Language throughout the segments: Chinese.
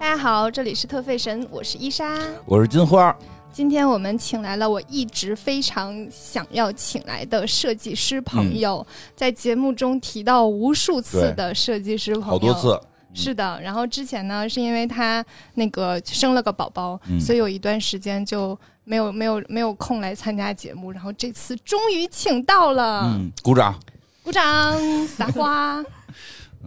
家好，这里是特费神，我是伊莎。我是金花，今天我们请来了我一直非常想要请来的设计师朋嗯友，在节目中提到无数次对的设计师朋友，好多次。嗯是的，然后之前呢，是因为他那个生了个宝宝，嗯所以有一段时间就没有没有没有空来参加节目，然后这次终于请到了，嗯，鼓掌。鼓掌撒花。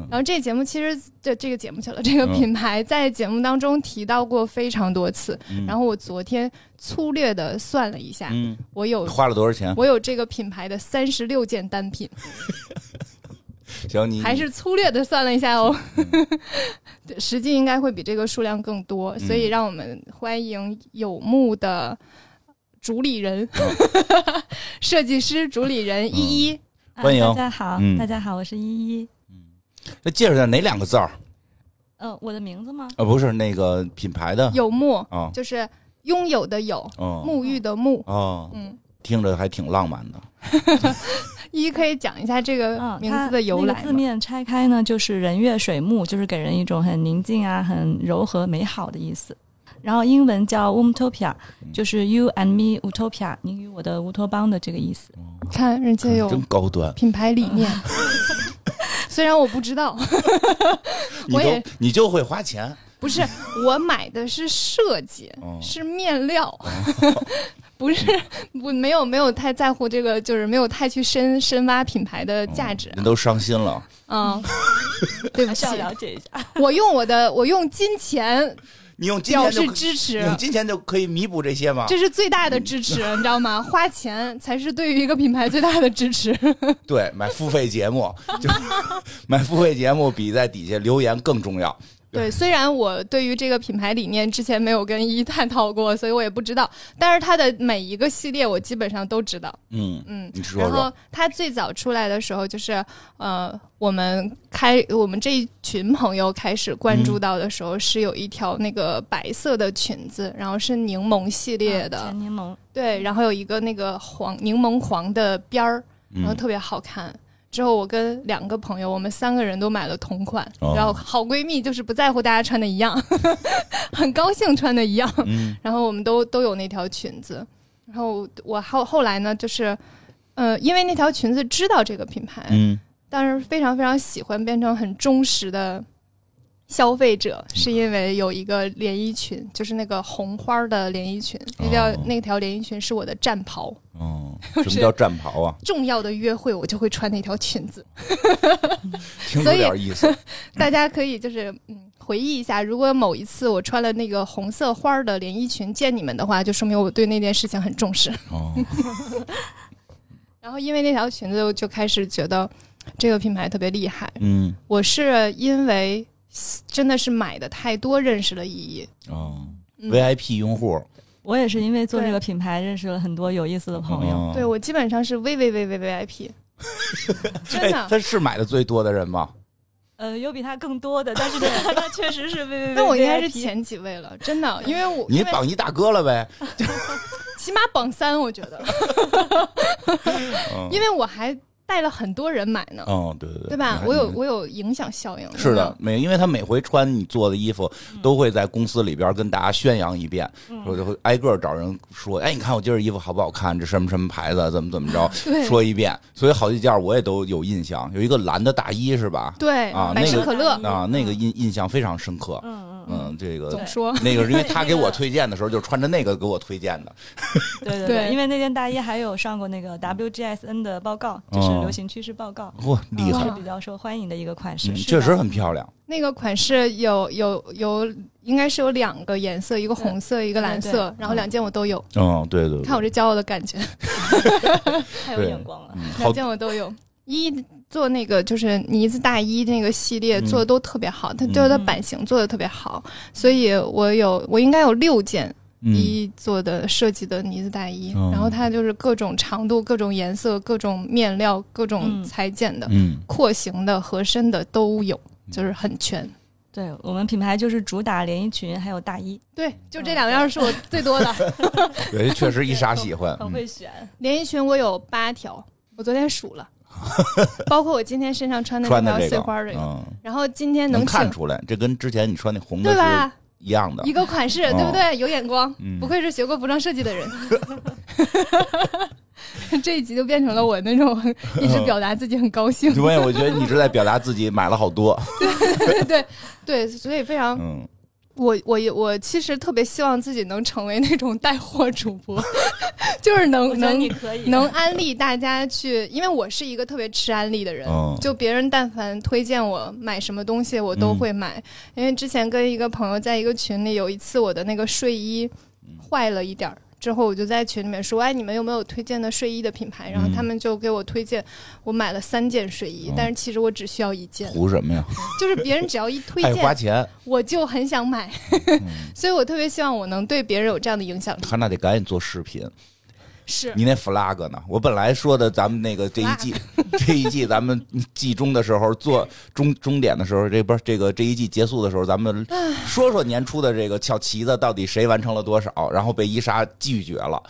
然后这节目其实这这个节目去了，这个嗯品牌在节目当中提到过非常多次。然后我昨天粗略的算了一下，嗯，我有花了多少钱？我有这个品牌的三十六件单品，行，你还是粗略的算了一下哦，嗯 对实际应该会比这个数量更多，所以让我们欢迎有木的主理人、嗯 设计师主理人依依。啊欢迎大家好，嗯大家好，我是依依。那介绍一下哪两个字儿？呃，我的名字吗？啊，不是那个品牌的有木啊，就是拥有的有，哦沐浴的沐。哦，嗯，听着还挺浪漫的。一可以讲一下这个嗯，呃名它字的由那个来字吗？面拆开呢，就是人月水木，就是给人一种很宁静啊、很柔和、美好的意思。然后英文叫 Utopia，就是嗯 You and Me Utopia，你与我的乌托邦的这个意思。嗯看人家有真高端，品牌理念， 虽然我不知道，你我也就你就会花钱，不是我买的是设计，哦是面料。 不是，我没有没有太在乎这个，就是没有太去深深挖品牌的价值人，都伤心了。嗯， 对不还是起要，了解一下。我用我的我用金钱你用金表钱就示可支持你，用金钱就可以弥补这些吗？这是最大的支持，你知道吗？花钱才是对于一个品牌最大的支持。对，买付费 节目，就买付费节目比在底下留言更重要。对，虽然我对于这个品牌理念之前没有跟依依探讨过，所以我也不知道，但是它的每一个系列我基本上都知道。嗯，嗯，你说然说后，它最早出来的时候，就是呃，我们开我们这一群朋友开始关嗯注到的时候，是有一条那个白色的裙子，然后是柠檬系列的，啊甜啊柠檬，对，然后有一个那个黄柠檬黄的边儿，然后嗯特别好看。之后我跟两个朋友，我们三个人都买了同款，哦然后好闺蜜就是不在乎大家穿的一样， 很高兴穿的一样。嗯然后我们都都有那条裙子。然后我后后来呢，就是呃，因为那条裙子知道这个品牌， 嗯，但是非常非常喜欢，变成很忠实的消费者，是因为有一个连衣裙，就是那个红花儿的连衣裙，那条、哦那条连衣裙是我的战袍。哦，什么叫战袍啊？重要的约会，我就会穿那条裙子。听着有点意思。大家可以就是嗯回忆一下，如果某一次我穿了那个红色花儿的连衣裙见你们的话，就说明我对那件事情很重视。 哦，然后因为那条裙子，我就开始觉得这个品牌特别厉害。嗯，我是因为真的是买的太多，认识了意义。哦嗯，VIP 用户我也是因为做对这个品牌认识了很多有意思的朋友。哦对我基本上是 V V V V V I P，真哎的。他是买的最多的人吗？呃，有比他更多的， 但是他他确 实是 V V V。那我应该是前几位了，真的，因为我你因为榜一大哥了呗？起码榜三，我觉哦得，嗯因为我还带了很多人买呢，哦，对对对对对吧？我有我有影响效应，是有没嗯的有，，每因为他每回穿你做的衣服，都会在公司里边跟大家宣扬一遍，嗯我就会挨个找人说，哎，你看我今儿衣服好不好看？这什么什么牌子，怎么怎么着， 对说一遍。所以好几件我也都有印象，有一个蓝的大衣是吧？对，啊百那事个可乐嗯啊，那个印印象非常深刻。嗯嗯嗯，嗯，这个总说那个是 因为他给我推荐的时候，就穿着那个给我推荐的。 对对对对，因嗯为那件大衣还有上过那个 WGSN 的报告，就是哦流行趋势报告，嚯，嗯厉害是！比较受欢迎的一个款式嗯，。是确的实，很漂亮。那个款式有有有，应该是有两个颜色，一个红色，一个蓝对色，然后两件我都有。嗯，哦对对对，看我这骄傲的感觉，太有对眼光了。嗯两好，件我都有。一做那个就是呢子大衣那个系列嗯做的都特别好，它就是它嗯版型做的特别好，所以我有我应该有六件嗯，一做的设计的呢子大衣，哦然后它就是各种长度、各种颜色、各种面料、各种嗯裁剪的、嗯，廓形的、合身的都有，就是很全。对我们品牌就是主打连衣裙还有大衣，对，就嗯这两样是我最多的。 对，确实伊莎喜欢，嗯很会选。连衣裙我有八条，我昨天数 了，包括我今天身上穿嗯的穿那的条这碎个花儿这，个。嗯，然后今天能请看出来，这跟之前你穿那红的对是吧？一样的一。个款式，哦对不对？有眼光，嗯不愧是学过服装设计的 人。这一集就变成了我那种 一直表达自己很高兴，对，我觉得你是在表达自己买了 好多。对对对，所以非常嗯，我我也我其实特别希望自己能成为那种带货主播， 就是我能觉得能你可以能安利大家去，因为我是一个特别吃安利的人，哦就别人但凡推荐我买什么东西，我都会买。嗯因为之前跟一个朋友在一个群里，有一次我的那个睡衣坏了一点儿。之后我就在群里面说，哎，你们有没有推荐的睡衣的品牌？然后嗯他们就给我推荐，我买了三件睡衣，哦但是其实我只需要一 件，图什么呀？就是别人只要一推爱荐花，钱，我就很想买， 所以我特别希望我能对别人有这样的影响力。他那得赶紧做视频。是 你那 flag 呢？我本来说的，咱们那个这一季， 这一季咱们季中的时候做终终点的时候，这不是这个这一季结束的时候，咱们说说年初的这个小旗子到底谁完成了多少，然后被伊莎拒绝 了。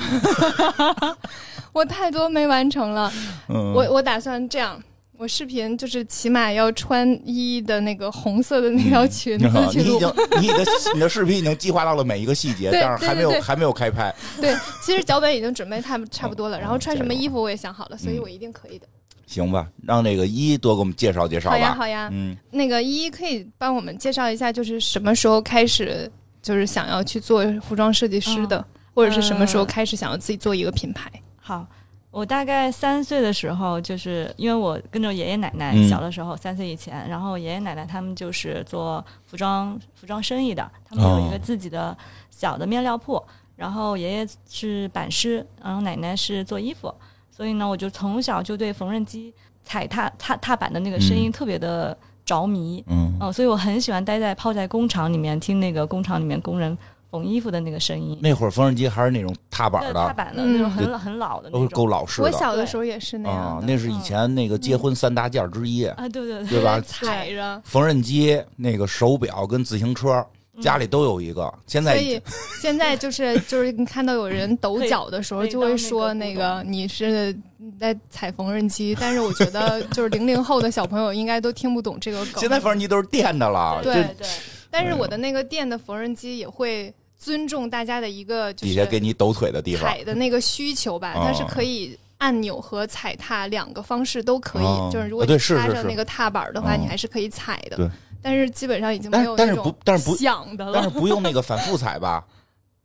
我太多没完成了，嗯，我我打算这样。我视频就是起码要穿一的那个红色的那条裙嗯你子去已录，经你的你的视频已经计划到了每一个细节，对但是还没对有对对还没有开拍。对，其实脚本已经准备差不差不多了，然后穿什么衣服我也想好了，所以嗯我一定可以的。行吧，让这个一多给我们介绍介绍好呀吧。好呀，嗯，那个依依可以帮我们介绍一下，就是什么时候开始就是想要去做服装设计师的，或者是什么时候开始想要自己做一个品牌？好，我大概三岁的时候，就是因为我跟着爷爷奶奶嗯小的时候，三岁以前，然后爷爷奶奶他们就是做服装服装生意的，他们有一个哦自己的小的面料铺，然后爷爷是版师，然后奶奶是做衣服，所以呢，我就从小就对缝纫机踩踏踏踏板的那个声音嗯特别的着迷，哦嗯，嗯，所以我很喜欢待在泡在工厂里面听那个工厂里面工人缝衣服的那个声音。那会儿缝纫机还是那种踏板对踏的，板的那种嗯很老很老的那都种，是够老式我的小的时候也是那啊样。的，嗯那是以前那个结婚三大件儿之一，啊，对对对，对吧？踩着。缝纫机、那个手表跟自行车，家里都有一个。现嗯所在已以经现在就是 就是你看到有人抖脚的时候，可以就会说可以当那那个个你是在踩缝纫机，但是我觉得就是零零后的小朋友应该都听不懂这个梗。现在缝纫机都是电的了，对这对，但是我的那个店的缝纫机也会尊重大家的一个就底下给是你抖腿的地方。踩的那个需求吧，哦它是可以。按钮和踩踏两个方式都可以，哦就是如果啊对你是插是上是那个踏板的话，哦你还是可以踩的。对但是基本上已经没但有但是那种不但是不响的了但是。不用那个反复踩吧？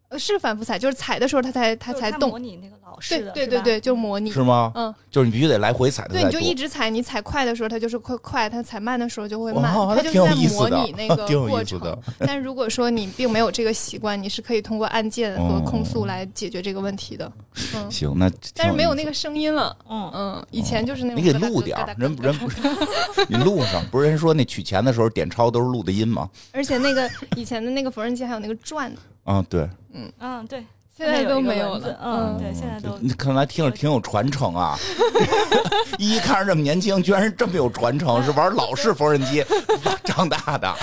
呃是反复踩，就是踩的时候它才它就是才它动模。拟那个老式对的，对是对吧对，就模拟是。吗？嗯，就是你必须得来回踩它对，才你就多。一直踩，你踩快的时候它就是快快，它踩慢的时候就会慢，哦它那就是挺有在意思模的拟那个 挺有过意思程的。但如果说你并没有这个习惯，你是可以通过按键哦和控速来解决这个问题的。嗯，行，那但是没有那个，个声音了。嗯，嗯，以前就是那种哦你给咯哒录咯点哒儿咯哒人咯哒人不是你录上，不是人说那取钱的时候点钞都是录的音吗？而且那个以前的那个缝纫机还有那个 转的，啊，对，嗯，对，现在都没有有一个了轮子。嗯，嗯，对，现在都你看来听着挺有传承啊！一看着这么年轻，居然是这么有传承，是玩老式缝纫机长大的。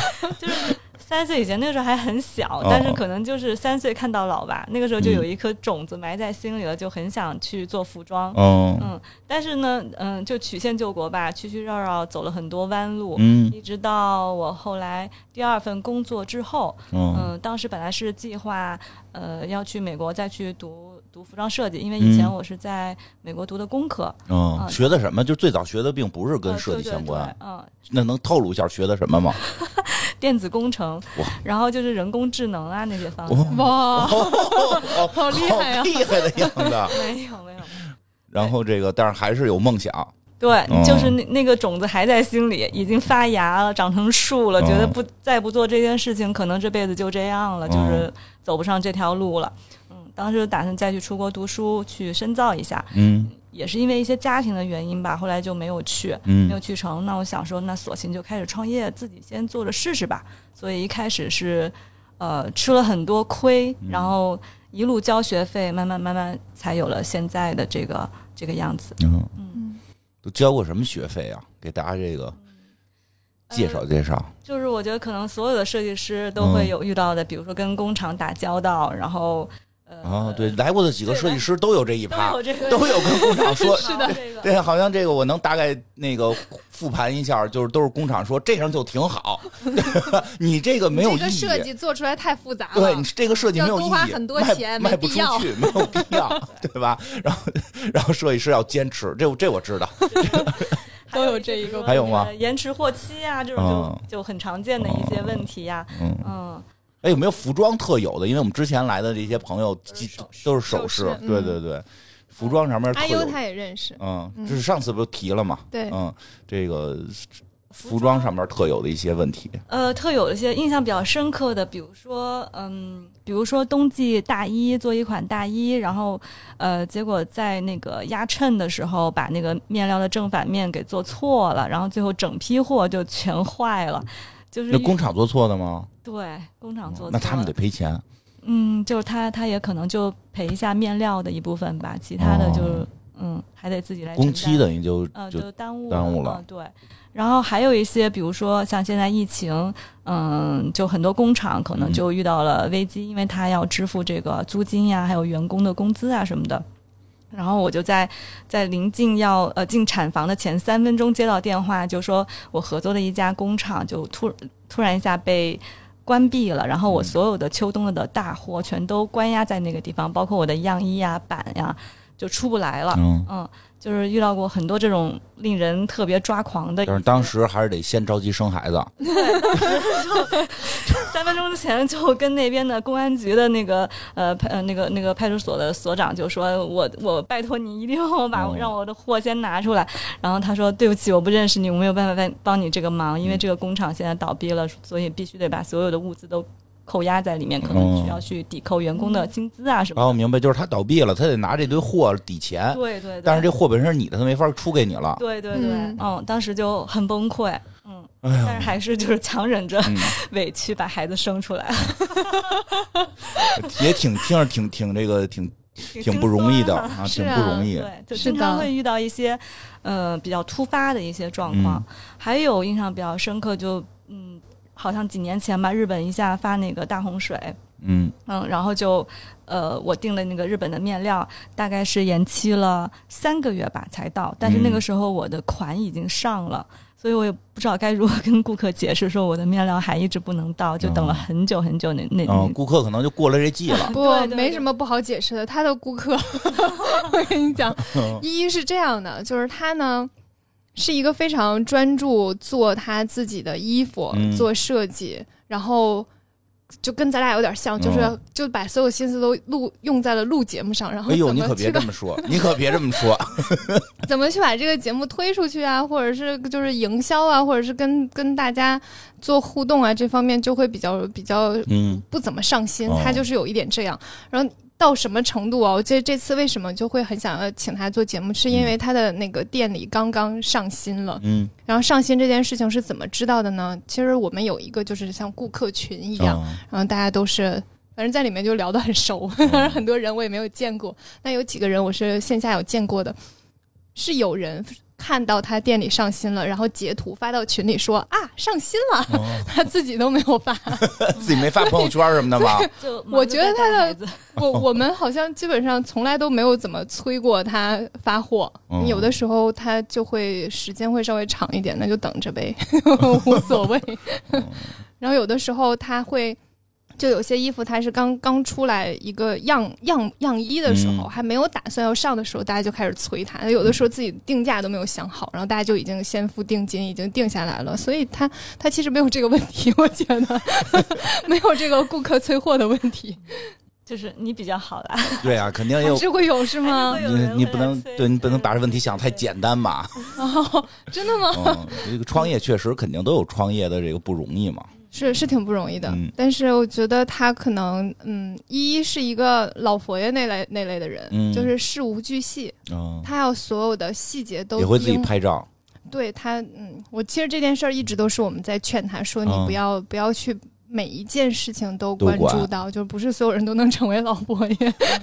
三岁以前，那个时候还很小哦，但是可能就是三岁看到老吧，那个时候就嗯有一颗种子埋在心里了，就很想去做服装。哦嗯嗯，但是呢，嗯，就曲线救国吧，曲曲绕绕走了很多弯路，嗯一直到我后来第二份工作之后，哦嗯嗯，当时本来是计划，呃，要去美国再去读读服装设计，因为以前嗯我是在美国读的工科，嗯啊学的什么？就最早学的并不是跟呃设计相关，，对对对嗯，那能透露一下学的什么吗？电子工程哇， 然后就是人工智能啊那些方哦向。哇，哦，好厉害啊好厉害的样 子。 没有没有，然后这个，但是还是有梦想。对哦，就是那那个种子还在心里，已经发芽了，长成树了，哦觉得不再不做这件事情，可能这辈子就这样了，哦就是走不上这条路了。嗯，当时就打算再去出国读书，去深造一下，嗯也是因为一些家庭的原因吧，后来就没有去。没有嗯去成，那我想说，那索性就开始创业，自己先做着试试吧。所以一开始是，呃，吃了很多亏，嗯然后一路交学费，慢慢慢慢才有了现在的这个这个样子。嗯嗯都交过什么学费啊？给大家这个介绍嗯介绍。呃就是我觉得可能所有的设计师都会有遇到的，比如说跟工厂打交道，然后。呃，哦，对，来过的几个设计师都有这一趴都，有这个 都有跟工厂说， 是的，这个对，好像这个我能大概那个复盘一下，就是都是工厂说这样就挺 好， 你这个没有这意个义设，计做出来太复杂对了你，这个设计没有意义，要多花很多卖钱卖没不必出要去，没有必 要，对吧？然后然后设计师要坚持，这我这我知道，都有这一个还有吗呃延迟货期啊，这种嗯就就很常见的一些问题呀，嗯。嗯，哎，有没有服装特有的？因为我们之前来的这些朋友，几都是首饰首饰，对嗯对对，服装上面特阿有优，他也认识，嗯，嗯这是上次不是提了嘛？对嗯，这个服装上面特有的一些问题，嗯呃，特有一些印象比较深刻的，比如说，嗯，比如说冬季大衣做一款大衣，然后，呃，结果在那个压衬的时候，把那个面料的正反面给做错了，然后最后整批货就全坏了，就是嗯那工厂做错的吗？对工厂做错了、那他们得赔钱。嗯，就是他他也可能就赔一下面料的一部分吧，其他的就、哦嗯还得自己来承工担期等于就呃，就就耽误耽误了嗯，对。然后还有一些，比如说像现在疫情，嗯，就很多工厂可能嗯就遇到了危机，因为他要支付这个租金呀，还有员工的工资啊什么的。然后我就在在临近要呃进产房的前三分钟接到电话，就说我合作的一家工厂就突突然一下被关闭了，然后嗯我所有的秋冬的大货全都关押在那个地方，包括我的样衣呀、板呀，就出不来了。嗯，嗯，就是遇到过很多这种令人特别抓狂的一些。但是当时还是得先着急生孩子。三分钟之前就跟那边的公安局的那个呃派呃那个那个派出所的所长就说，我我拜托你一定帮我把哦让我的货先拿出来。然后他说对不起，我不认识你，我没有办法帮帮你这个忙，嗯因为这个工厂现在倒闭了，所以必须得把所有的物资都。扣押在里面，可哦能需要去抵扣员工的薪资啊什么然后明白，就是他倒闭了，他得拿这堆货抵的。钱，对哦对对，但是这货本身是你的，他没法出给你了。对对对，嗯嗯当时就很崩溃，嗯，但是还是就是强忍着哎嗯 委屈把孩子生出来，也挺听着挺挺这个挺 挺心不容易的酸啊啊，是挺啊不容易。对，就是经的常会遇到一些，呃，比较突发的一些状况。嗯还有印象比较深刻，就嗯，好像几年前吧，日本一下发那个大洪水，嗯，嗯，然后就，呃，我订的那个日本的面料，大概是延期了三个月吧才到，但是那嗯个时候我的款已经上了，所以我也不知道该如何跟顾客解释说我的面料还一直不能到，就等了哦很久很久那那、嗯、那顾客可能就过了这季 了。不啊对对没对什么不好解释的。他的顾客， 我跟你 讲，嗯依依是这样的，就是他呢。是一个非常专注做他自己的衣服、嗯做设计，然后就跟咱俩有点像，就是、哦就把所有心思都录用在了录节目上，然后哎呦，怎你么可去别这把么说，你可别这么 说。怎么去把这个节目推出去啊，或者是就是营销啊，或者是跟跟大家做互动啊，这方面就会比较比较嗯，不怎么上心哦，他就是有一点这样。然后到什么程度啊？我这这次为什么就会很想要请他做节目，是因为他的那个店里刚刚上新了。嗯，然后上新这件事情是怎么知道的呢？其实我们有一个就是像顾客群一样，嗯然后大家都是。反正在里面就聊得很熟，当然 很多人我也没有见过，那有几个人我是线下有见过的，是有人看到他店里上新了，然后截图发到群里说啊上新了， 哦 他自己都没有发，自己没发朋友圈什么的吗？就我觉得他的的 我我们好像基本上从来都没有怎么催过他发货，嗯有的时候他就会时间会稍微长一点，那就等着 呗，无所谓。嗯 然后有的时候他会。就有些衣服，它是刚刚出来一个样样样衣的时候，嗯还没有打算要上的时候，大家就开始催他。有的时候自己定价都没有想好，然后大家就已经先付定金，已经定下来了。所以他他其实没有这个问题， 我觉得没有这个顾客催货的问题。就是你比较好啦，对啊，肯定也还有。是会有是吗还是？会有你人你会不来能催对你不能嗯把这问题想太简单吧？哦， 真的吗？ 嗯，这个创业确实肯定都有创业的这个不容易嘛。是是挺不容易的，嗯但是我觉得他可能，嗯，一是一个老佛爷那类那类的人，嗯就是事无巨细，嗯，他要所有的细节都也会自己盯拍照。对他，嗯，我其实这件事儿一直都是我们在劝他说，你嗯不要、不要去每一件事情都都关管注到，就不是所有人都能成为老佛爷，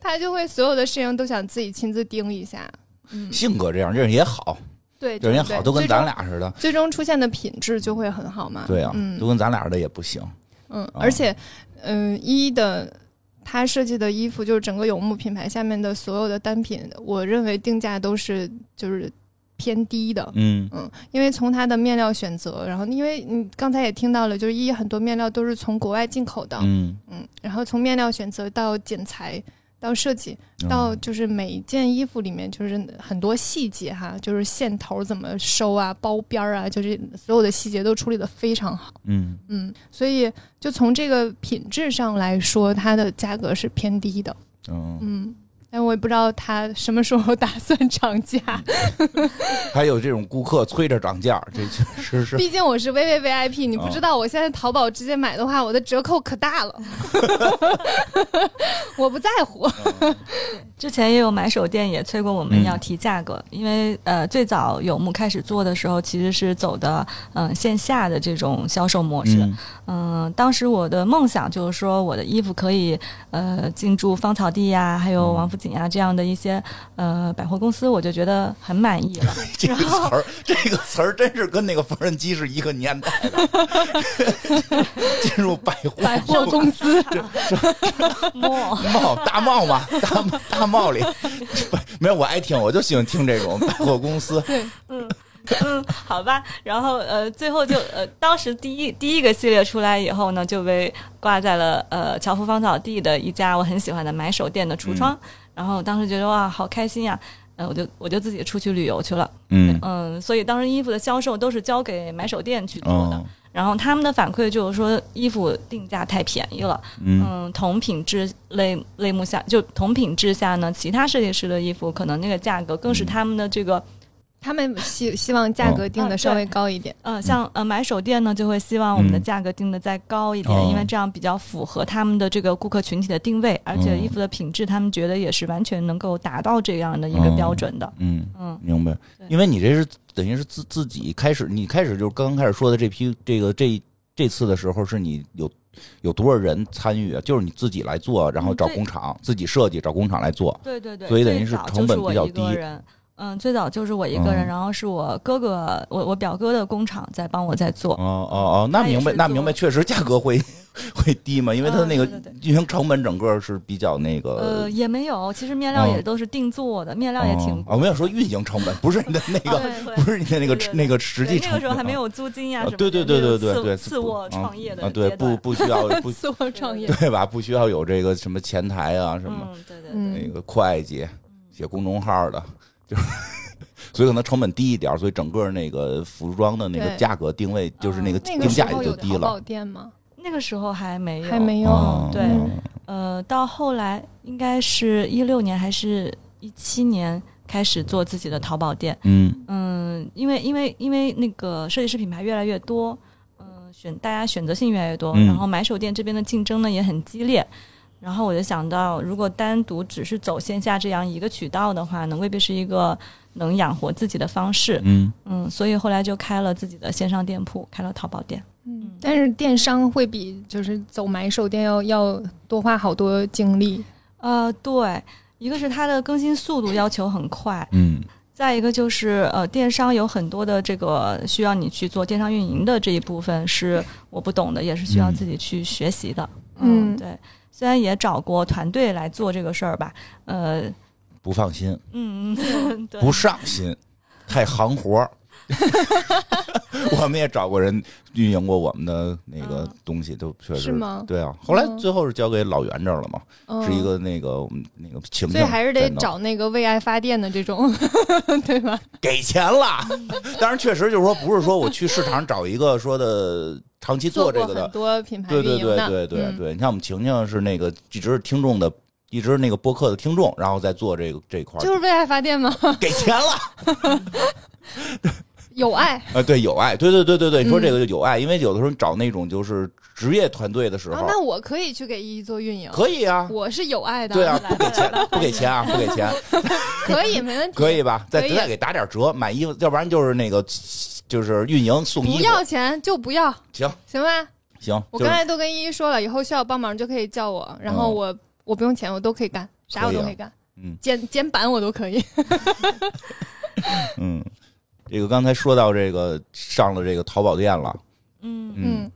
他就会所有的事情都想自己亲自盯一下，嗯，性格这样，这人也好，对，这人也对好，都跟最终咱俩似的。最终出现的品质就会很好嘛，对啊，嗯啊都跟咱俩似的也不行。嗯，啊而且，嗯，一的他设计的衣服就是整个有木品牌下面的所有的单品，我认为定价都是就是偏低的。嗯嗯，因为从它的面料选择，然后因为你刚才也听到了，就是一很多面料都是从国外进口的，嗯，嗯，然后从面料选择到剪裁，到设计，嗯到就是每一件衣服里面就是很多细节哈，就是线头怎么收啊，包边儿啊，就是所有的细节都处理的非常好，嗯嗯，所以就从这个品质上来说，它的价格是偏低的，嗯，嗯。但我也不知道它什么时候打算涨价，嗯还有这种顾客催着涨价，这确实是毕竟我是 V V V I P，你不知哦道，我现在淘宝直接买的话，我的折扣可大了， 我不在哦乎。之前也有买手店也催过我们嗯要提价格，因为呃最早有木开始做的时候，其实是走的嗯、呃线下的这种销售模式。嗯嗯、当时我的梦想就是说我的衣服可以呃进驻芳草地呀、还嗯有王府井啊这样的一些呃百货公司，我就觉得很满意了。这个词儿，这个词儿真是跟那个缝纫机是一个年代的。 进入百货百货公 司，哇帽大帽嘛，大大帽里， 不没有我爱听，我就喜欢听这种百货公司。 嗯，好吧，然后呃，最后就呃，当时第一第一个系列出来以后呢，就被挂在了呃樵夫芳草地的一家我很喜欢的买手店的橱窗，嗯然后当时觉得哇，好开心呀、呃，我就我就自己出去旅游去了，嗯，嗯、所以当时衣服的销售都是交给买手店去做的，哦，然后他们的反馈就是说衣服定价太便宜了，嗯嗯，同品质类类目下，就同品质下呢，其他设计师的衣服可能那个价格更嗯是他们的这个他们希希望哦价格定哦的稍微高一点。呃，像呃买手店呢，就会希望我们的嗯价格定的再高一点，哦因为这样比较符合他们的这个顾客群体的定位，而哦且衣服的品质，他们觉得也是完全能够达到这样的一个哦标准的。嗯，嗯，明白。因为你这是等于是自自己开始，你开始就是刚刚开始说的这批这个这这次的时候，是你有有多少人参与啊？就是你自己来做，然后嗯找对工厂自己设计，找工厂来做。对对对，所以等最于是早成就本我比较一个低人嗯，最早就是我一个人，嗯然后是我哥哥，我我表哥的工厂在帮我在做哦。哦哦，那他也明白，是那做明白，确实价格会 会低嘛，因为它嗯那个对对运营成本整个是比较那个呃，。也没有，其实面料也哦都是定做的，面料也挺哦，我没有说运营成本，不是你的那哦个，对对不是你的那个对对对那个实际对成那个本。时候还没有租金呀、啊什么的，对对对对那对种对，次次卧创业的啊，对，阶不段不需 要不 自我创业，对吧？不需要有这个什么前台啊，什么嗯，对嗯对对。嗯那个会计、写公众号的，就是 所以可能成本低一点，所以整个那个服装的那个对价格定嗯位就是那个那定个时价候也有就低淘了宝。店吗？那个时候还没有，还没有哦嗯对嗯呃，到后来应该是一六年还是一七年开始做自己的淘宝店。嗯嗯，因为因为因为那个设计师品牌越来越多，嗯、选大家选择性越来越多，嗯然后买手店这边的竞争呢也很激烈。然后我就想到，如果单独只是走线下这样一个渠道的话呢，未必是一个能养活自己的方式。嗯嗯，所以后来就开了自己的线上店铺，开了淘宝店。嗯，但是电商会比就是走买手店要要多花好多精力。呃，对，一个是它的更新速度要求很快，嗯再一个就是呃，电商有很多的这个需要你去做电商运营的这一部分是我不懂的，也是需要嗯自己去学习的。嗯对，虽然也找过团队来做这个事儿吧，呃，不放心，嗯， 嗯对，不上心，太行活儿。 我们也找过人运营过我们的那个嗯东西，都确实是吗对啊，后来嗯最后是交给老袁这儿了嘛，嗯，是一个那个我们那个情所以境还是得在弄找那个为爱发电的这种， 对吧？给钱了。 当然，确实就是说，不是说我去市场找一个说的长期做这过个很的，多品牌对运对营对的，对对嗯对。你看我们晴晴是那个一直是听众的，一直是那个播客的听众，然后再做这个这块儿，就是为爱发电吗？给钱了。 有 爱，啊，对，有爱，对对对对对，你说嗯这个就有爱，因为有的时候你找那种就是职业团队的时啊，候，那我可以去给依依做运营，可以啊，我是有爱的，对啊，来不给来钱来，不给钱啊，不给钱，可以，没问题，可以吧？再可以再给打点折，买衣服，要不然就是那个就是运营送衣不服，要钱就不要，行行吧？行，我就刚是才都跟依依说了，以后需要帮忙就可以叫我，然后嗯我、我不用钱，我都可以干，啥我都可以啊可以干，嗯剪剪版我都可以。嗯，这个刚才说到这个上了这个淘宝店了，嗯，嗯，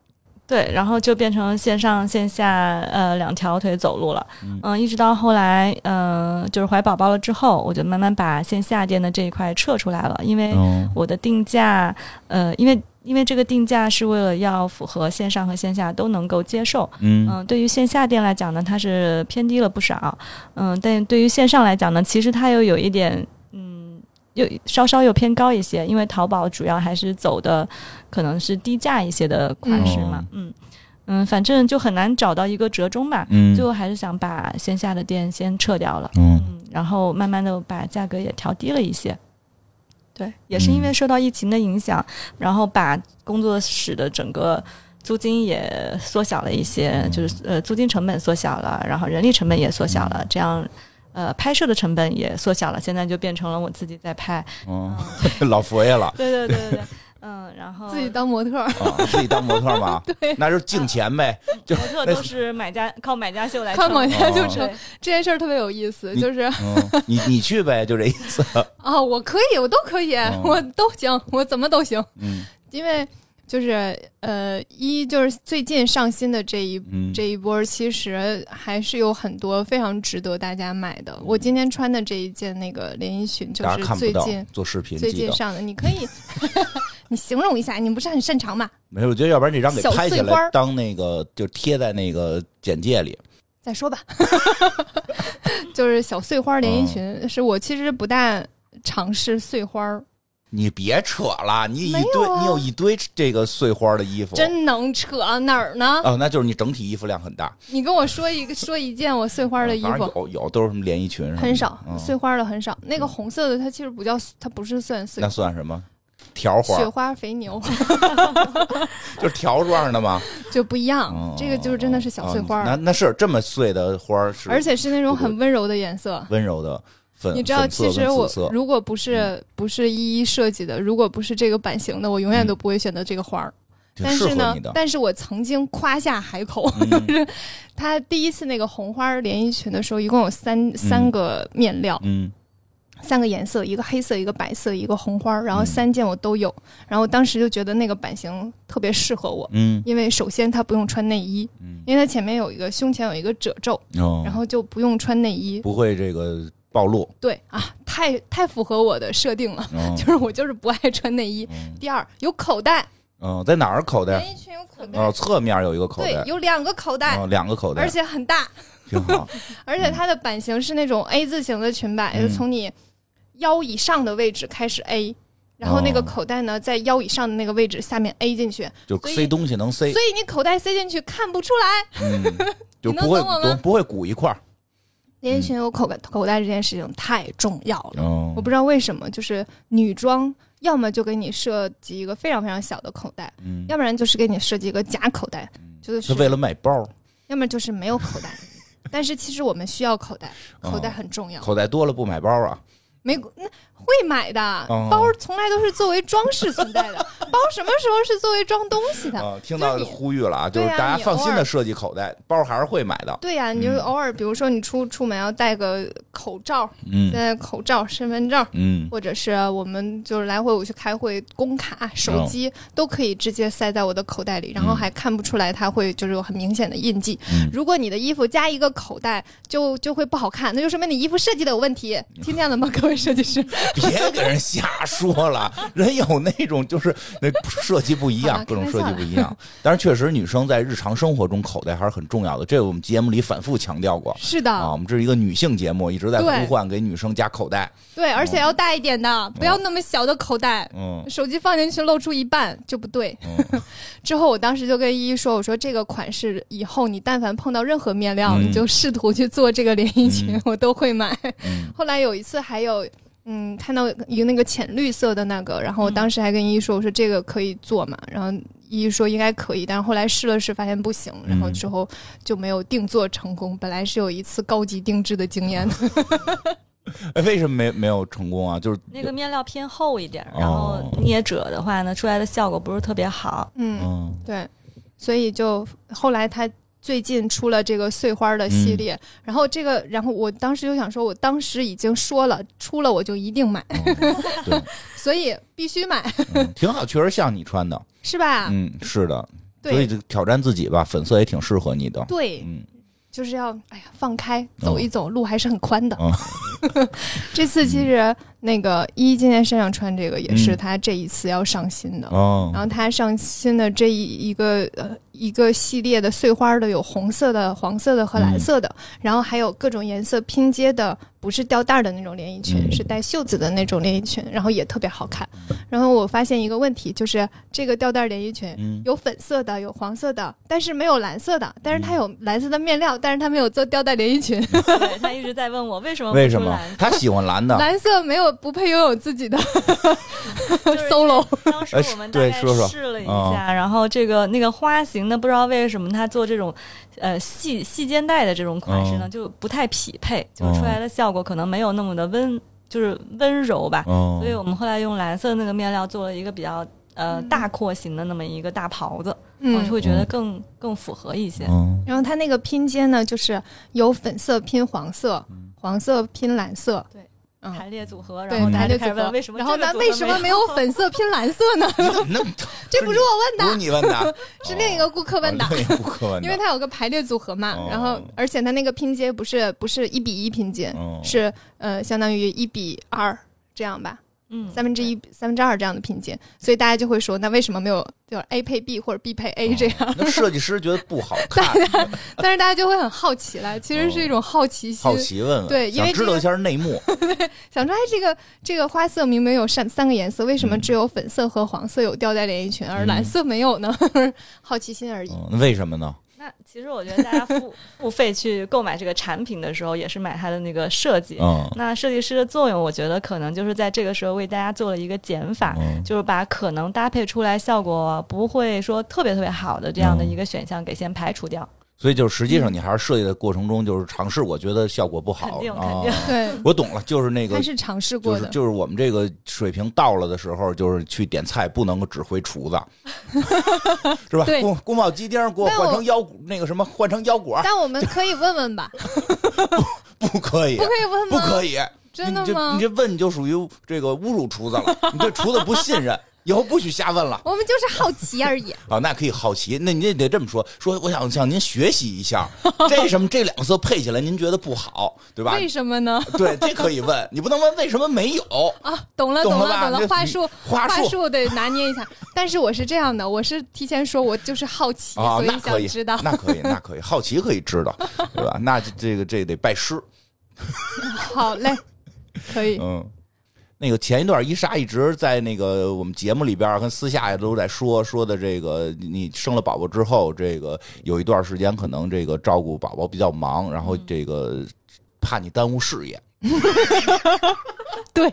对，然后就变成线上线下呃两条腿走路了。嗯、一直到后来，嗯、就是怀宝宝了之后，我就慢慢把线下店的这一块撤出来了，因为嗯我的定价，呃，因为因为这个定价是为了要符合线上和线下都能够接受。嗯嗯，对于线下店来讲呢，它是偏低了不少。嗯，但对于线上来讲呢，其实它又有一点，嗯，又稍稍又偏高一些，因为淘宝主要还是走的可能是低价一些的款哦式嘛。嗯嗯，反正就很难找到一个折中嘛。嗯最后还是想把线下的店先撤掉了。嗯嗯，然后慢慢的把价格也调低了一些。对，也是因为嗯受到疫情的影响，然后把工作室的整个租金也缩小了一些，就是呃租金成本缩小了，然后人力成本也缩小了，这样呃拍摄的成本也缩小了，现在就变成了我自己在拍。嗯， 老佛爷了，对对对 对对，嗯，然后自己当模特儿，啊，自己当模特 嘛，那就是敬钱呗。就模特都是买家 靠买家秀来看撑某一下就哦成对。这件事儿特别有意思，你就是嗯，你你去呗，就这意 思。啊，我可以，我都可以，哦我都行，我怎么都行，嗯因为就是呃，一就是最近上新的这一嗯，这一波其实还是有很多非常值得大家买的。我今天穿的这一件那个连衣裙，就大家是看不最到近，做视频最记近得。上的。你可 以，你形容一下，你不是很擅长嘛？没事，我觉得要不然这张给小拍碎下花儿来，当那个就贴在那个简介里。再说吧。 就是小碎花嗯连衣裙，是我其实不大尝试碎花儿，你别扯了，你一没有堆，啊你有一堆这个碎花的衣服，真能扯哪儿呢？哦，那就是你整体衣服量很大。嗯你跟我说一个，说一件我碎花的衣反正服。有有都是什么连衣裙什么的，很少嗯碎花的很少，那个红色的它其实不叫，它不是算碎那，算什么？条花雪花肥牛就是条状的嘛，就不一样哦。嗯这个就是真的是小碎花哦儿，那那是这么碎的花儿是，而且是那种很温柔的颜色。温柔的粉，你知道，粉色其跟实我紫色嗯如果不是不是一一设计的，如果不是这个版型的，我永远都不会选择这个花儿。嗯挺但适是合呢你的，。嗯但是我曾经夸下海口， 就是它第一次那个红花连衣裙的时候，一共有三三个面料，嗯三个颜色，一个黑色，一个白色，一个红花，然嗯后三件我都有。然后当时就觉得那个版型特别适合我，嗯因为首先它不用穿内衣，嗯，因为它前面有一个胸前有一个褶皱，哦然后就不用穿内衣。不会这个暴露，对啊，太太符合我的设定了，嗯 就是我就是不爱穿内衣。嗯第二，有口袋，嗯，在哪儿口袋？连衣裙有口袋，哦，侧面有一个口对袋，，有两个口袋，哦，两个口袋，而且很大，挺 好。而且它的版型是那种 A 字形的裙摆，嗯就从你腰以上的位置开始 A，然后那哦个口袋呢在腰以上的那个位置下面 A 进去，就所以塞东西能塞所，以你口袋塞进去看不出来。 嗯，就你能不会懂我不吗不会鼓一块儿。连衣裙有口袋口袋这件事情太重要了，嗯哦我不知道为什么，就是女装要么就给你设计一个非常非常小的口袋，嗯，要不然就是给你设计一个假口袋，就是是为了买包，要么就是没有口袋。 但是其实我们需要口袋，口袋哦很重要。口袋多了不买包啊。没那会买的、哦包，从来都是作为装饰存在的。包什么时候是作为装东西的？啊，听就到是你呼吁了啊，就是对啊大家你放心偶尔的设计口袋，包还是会买的。对呀、你就偶尔，比如说你出出门要戴个口罩，现嗯在口罩、身份证，嗯，或者是我们就是来回我去开会，工卡、哦手机、都可以直接塞在我的口袋里，然后还看不出来它会就是有很明显的印记。嗯如果你的衣服加一个口袋，就就会不好看，那就说明你衣服设计的有问题。听见了吗，各位设计师？ 别给人瞎说了，人有那种就是那设计不一好样，了各种开玩设笑计了不一样。但是确实，女生在日常生活中口袋还是很重要的，这个我们节目里反复强调过是的，啊。我们这是一个女性节目，一直在对呼唤给女生加口袋。对，而且哦要大一点的，不要那么小的口袋。嗯手机放进去露出一半就不对。 嗯之后我当时就跟依依说：“我说这个款式以后你但凡碰到任何面料，嗯你就试图去做这个连衣裙，嗯我都会买。嗯 后来有一次还有。嗯，看到一个那个浅绿色的那个，然后我嗯当时还跟依依说：“我说这个可以做嘛？”然后依依说应该可以，但是后来试了试发现不行，然后嗯之后就没有定做成功。本来是有一次高级定制的经 验的，哎，为什么没没有成功啊？就是那个面料偏厚一点，哦然后捏褶的话呢，出来的效果不是特别好。嗯，嗯对，所以就后来他最近出了这个碎花的嗯系列，然后这个，然后我当时就想说，我当时已经说了，出了我就一定买，嗯对，所以必须买，嗯挺好，确实像你穿的。是吧？嗯，是的，所以啊对就挑战自己吧，粉色也挺适合你的。对，嗯，就是要哎呀放开走一走，路还是很宽的。哦 这次其实那个一今天身上穿这个也是嗯他这一次要上新的，然哦，后他上新的这一一个呃一个系列的碎花的，有红色的、黄色的和蓝色的，嗯然后还有各种颜色拼接的，不是吊带儿的那种连衣裙，嗯是带袖子的那种连衣裙，然后也特别好看。然后我发现一个问题，就是这个吊带儿连衣裙。嗯，有粉色的，有黄色的，但是没有蓝色的。但是它嗯有蓝色的面料，但是它没有做吊带连衣裙。对他一直在问我为什么不为什出么蓝他喜欢蓝的？ 蓝色没有不配拥有自己的就是 solo。当时我们大哎对概说说试了一哦下，然后这个那个花型呢，不知道为什么它做这种呃细细肩带的这种款式呢，哦就不太匹配，嗯就是出来的效果可能没有那么的温，就是温柔吧。哦所以我们后来用蓝色那个面料做了一个比较呃嗯大廓形的那么一个大袍子，我嗯就，会觉得嗯更更符合一些。嗯然后它那个拼接呢，就是有粉色拼黄色，嗯黄色拼蓝色，对嗯，排列组合，然对后排大家列就组开始合问为什么然后这个呢，组合为什么没有粉色拼蓝色 呢？你怎么那么这不是我不问是的，你问的， 是另一个顾客问的哦。 另一个顾客问 的，因为它有个排列组合嘛，哦然后而且它那个拼接不是不是一比一拼接，哦是呃相当于一比二这样吧，嗯，三分之一、三分之二这样的拼接，所以大家就会说，那为什么没有就是 A 配 B 或者 B 配哦 A 这样？ 那设计师觉得不好看，但是大家就会很好奇了，其实是一种好奇心，好奇问问，对因为想知这道个一下内 幕。想说，哎，这个这个花色明明有三三个颜色，为什么嗯只有粉色和黄色有吊带连衣裙，而蓝色没有呢？ 好奇心而已。嗯，为什么呢？那其实我觉得大家 付付费去购买这个产品的时候，也是买它的那个设计。嗯那设计师的作用，我觉得可能就是在这个时候为大家做了一个减法，嗯就是把可能搭配出来效果不会说特别特别好的这样嗯的一个选项给先排除掉。所以就是实际上你还是设计的过程中，就是尝试，我觉得效果不好。肯定肯啊定 对，我懂了，就是那他个。是尝试就过是的，就是我们这个水平到了的时候，就是去点菜不能够只回厨 子，是吧？对宫宫保鸡丁给我但我换成腰骨那个什么，换成腰果但我们可以问问 吧，不可以不，可以问不吗？可以，真的你这吗你？这问就属于这个侮辱厨子了，你对厨子不信任，以后不许瞎问了。我们就是好奇而 已。啊，那可以好奇，那您也得这么说，说我想向您学习一下，这什么这两个色配起来您觉得不好，对吧？为什么呢？对，这可以问，你不能问为什么没有，啊，懂了，懂了了，吧懂这话术，话话术得拿捏一下。但是我是这样的，我是提前说，我就是好奇，啊，所那可想以知道，。那可以，那可以，好奇可 以知道，对吧？那这这个这得拜师，好 嘞，可以。嗯。那个前一段伊莎一直在那个我们节目里边儿跟私下也都在说说的这个，你你生了宝宝之后，这个有一段时间可能这个照顾宝宝比较忙，然后嗯这个怕你耽误事业，对，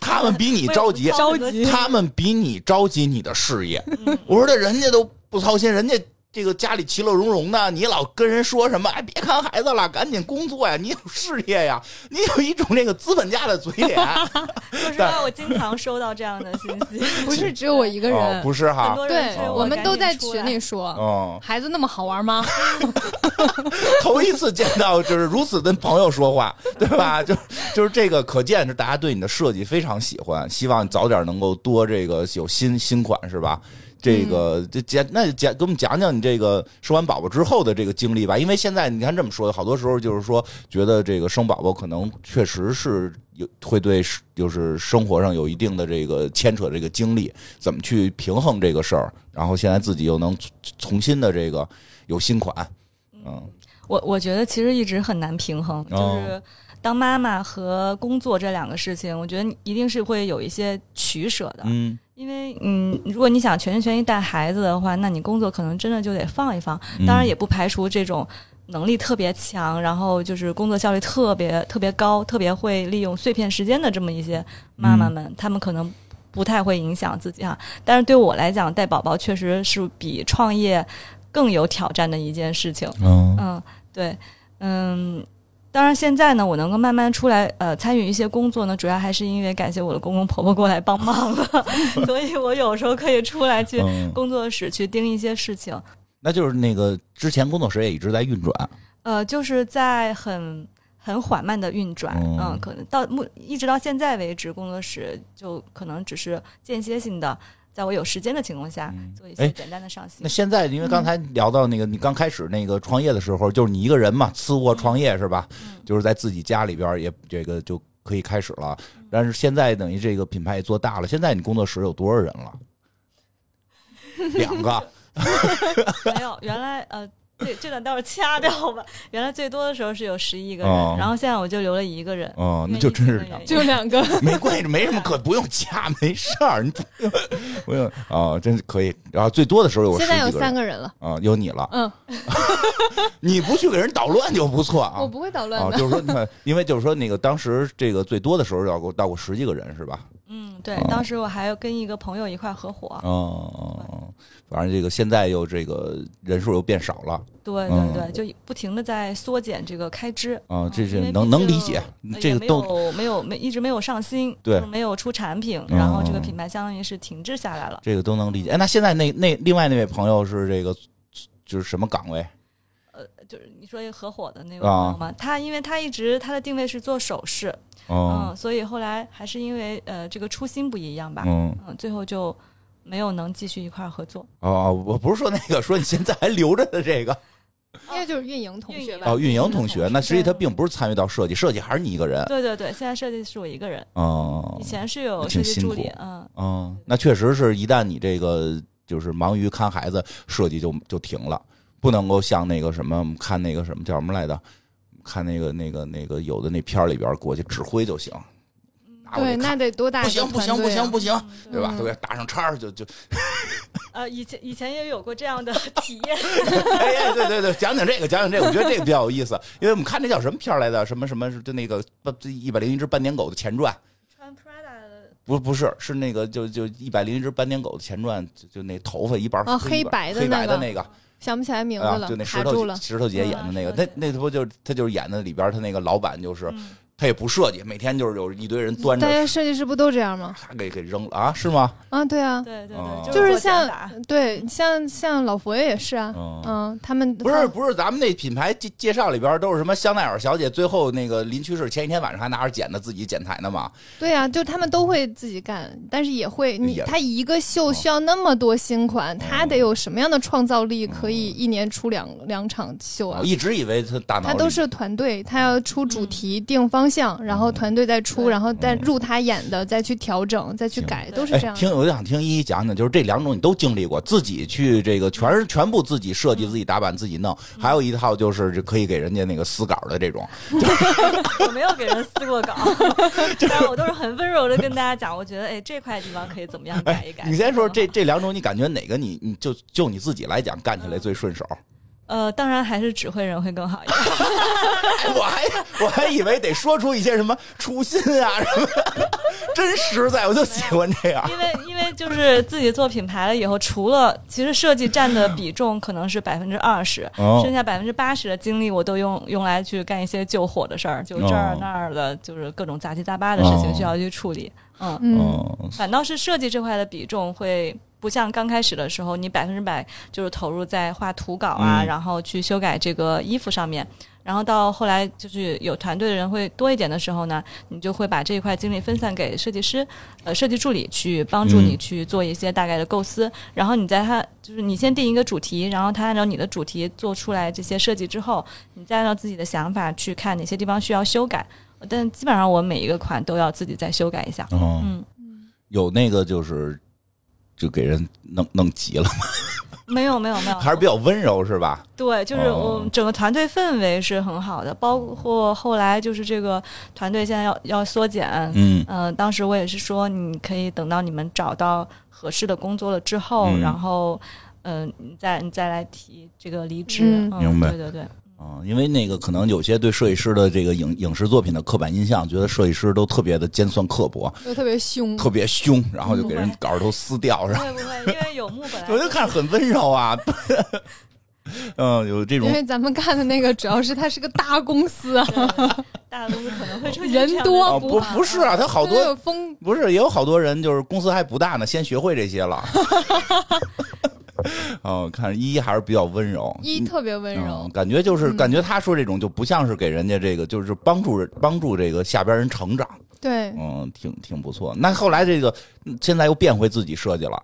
他们比你着急，着急他们比你着急你的事业。我说这人家都不操心，人家这个家里其乐融融的，你老跟人说什么？哎，别看孩子了，赶紧工作呀，你有事业呀，你有一种这个资本家的嘴 脸。 说实话，我经常收到这样的信 息，不是只有我一个人，哦，不是很哈，多人对催，我们赶都紧在出来群里说，哦，孩子那么好玩吗？ 头一次见到就是如此跟朋友说话，对吧？就就是这个，可见是大家对你的设计非常喜欢，希望早点能够多这个有新新款是吧？这个这讲那讲给我们讲讲你这个生完宝宝之后的这个经历吧，因为现在你看这么说，好多时候就是说觉得这个生宝宝可能确实是有会对是就是生活上有一定的这个牵扯这个经历，怎么去平衡这个事儿，然后现在自己又能重重新的这个有新款，嗯。我我觉得其实一直很难平衡，就哦是当妈妈和工作这两个事情，我觉得你一定是会有一些取舍的。嗯，因为嗯，如果你想全心全意带孩子的话，那你工作可能真的就得放一放。嗯当然也不排除这种能力特别强，然后就是工作效率特别特别高，特别会利用碎片时间的这么一些妈妈们，她们可能。不太会影响自己哈、但是对我来讲，带宝宝确实是比创业更有挑战的一件事情。嗯嗯，对，嗯，当然现在呢，我能够慢慢出来呃参与一些工作呢，主要还是因为感谢我的公公婆婆过来帮 忙了，所以我有时候可以出来去嗯，工作室去盯一些事情。那就是那个之前工作室也一直在运转，呃，就是在很很缓慢的运转，嗯嗯，可能到目一直到现在为止，工作室就可能只是间歇性的。在我有时间的情况下嗯做一哎些简单的上新那。现在，因为刚才聊到那个，你刚开始那个创业的时候，就是你一个人嘛，次卧创业是吧？就是在自己家里边儿也这个就可以开始了。但是现在等于这个品牌也做大了，现在你工作室有多少人了？两个， 没有，原来呃，这这段待会儿掐掉吧。原来最多的时候是有十一个人，哦然后现在我就留了一个人。哦，因为那就疫真情是的两原就个，两个，没关系，没什么可不用加，没事儿，你不用不用哦，真是可以。然后最多的时候有十现在有几个三人个人了。啊，有你了，嗯， 你不去给人捣乱就不错啊。我不会捣乱啊，的。就是说，那因为就是说，那个当时这个最多的时候要过到过十几个人是吧？嗯，对哦，当时我还有跟一个朋友一块合伙。哦，嗯反正这个现在又这个人数又变少了对嗯对对，就不停的在缩减这个开支。啊，这因是为能毕能竟理解呃，嗯这也个没都有没有没一直没有上新，对就是没有出产品，然后这个嗯品牌相当于是停滞下来了。这个都能理解。哎，那现在那那另外那位朋友是这个就是什么岗位？呃就是你说一个合伙的那个啊朋友嘛，他因为他一直他的定位是做首饰，哦嗯，，所以后来还是因为呃这个初心不一样吧，嗯，嗯，最后就没有能继续一块儿合作。哦哦，我不是说那个，说你现在还留着的这个应该就是运营同学吧哦，？运营同同学，学那实际他对并不是参与到设计，设计还是你一个人。对对对，现在设计是我一个人，哦以，前是有挺设计辛助苦理，嗯，哦，那确实是一旦你这个就是忙于看孩子，设计就就停了，不能够像那个什么，我们看那个什么叫什么来着？看那个那个那个有的那片儿里边儿过去指挥就行，拿过去对，那看得多大不一个行不行团不队啊行不行，嗯对吧？嗯对，打上叉儿就就，呃，以前以前也有过这 样的体验，哎哎对对对，讲讲这个讲讲这个，我觉得这个比较有意思，因为我们看那叫什么片儿来的，什么什么就那个一百零一只斑点狗的前传，穿 Prada 的，不不是，是那个就就一百零一只斑点狗的前传，就就那头发一半啊黑黑一半白的黑白的那个那个，想不起来名字啊，了就那，石卡住头了啊姐。石头姐演的那个，嗯那那他不就是他就是演的里边儿他那个老板就是嗯，他也不设计，每天就是有一堆人端着大，家设计师不都这样吗？咔给给扔了啊，是吗？啊，对啊，对对哦对，就是做像减法对，像像老佛爷也是啊，嗯。嗯，他们不是不是，咱们那品牌介介绍里边儿都是什么香奈儿小姐，最后那个临去世前一天晚上还拿着剪子自己剪裁呢嘛？对啊，就他们都会自己干，但是也会你也嗯他一个秀需要那么多新款，他得有什么样的创造力，可以嗯一年出两两场秀啊我？一直以为他大脑他都里是团队，他要出主题、定方向，然后团队再出，对然后再入他演的，再去调整，再去嗯行改，都是哎这样的。听我就想听一一讲讲，就是这两种你都经历过，自己去这个全是嗯全部自己设计、自己打版、自己弄，还有一套就是可以给人家那个撕稿的这种。我没有给人撕 过稿，但我都是很温柔的跟大家讲，我觉得哎这块地方可以怎么样改 一改。哎你先说这这两种，你感觉哪个你你就就你自己来讲干起来最顺手？呃，当然还是指挥人会更好一点。嗯哎 我还我还以为得说出一些什么初心啊什么，真实在，我就喜欢这样。 因为因为就是自己做品牌了以后，除了其实设计占的比重可能是百分之二十，哦剩下百分之八十的精力我都用用来去干一些救火的事儿，就这儿哦那儿的，就是各种杂七杂八的事哦情需要去处理。嗯，嗯，反倒是设计这块的比重会。不像刚开始的时候，你百分之百就是投入在画图稿啊，嗯然后去修改这个衣服上面。然后到后来就是有团队的人会多一点的时候呢，你就会把这一块精力分散给设计师，呃，设计助理去帮助嗯你去做一些大概的构思。然后你在他就是你先定一个主题，然后他按照你的主题做出来这些设计之后，你再按照自己的想法去看哪些地方需要修改。呃但基本上我每一个款都要自己再修改一下。哦嗯，有那个就是就给人弄弄急了，没有没有没 有，还是比较温柔是吧？对，就是哦我们整个团队氛围是很好的，包括后来就是这个团队现在要要缩减，嗯呃，当时我也是说，你可以等到你们找到合适的工作了之后，嗯然后，嗯、你再你再来提这个离职，嗯嗯明白对对对，啊，因为那个可能有些对设计师的这个影影视作品的刻板印象，觉得设计师都特别的尖酸刻薄，就特别凶，特别凶，然后就给人嗯稿儿都撕掉，然后。会不会因为有木 本来我就看着很温柔啊， 嗯，有这种因为咱们干的那个主要是它是个大公司啊，对大的公司可能会出现人这样的多哦，情不况不是啊，他 好都有多风不是也有好多人就是公司还不大呢，先学会这些 了。哦，看依依还是比较温柔，一特别温柔嗯，，感觉就是感觉他说这种就不像是给人家这个，就是帮助帮助这个下边人成长，对，嗯，挺挺不错。那后来这个嗯现在又变回自己设计了，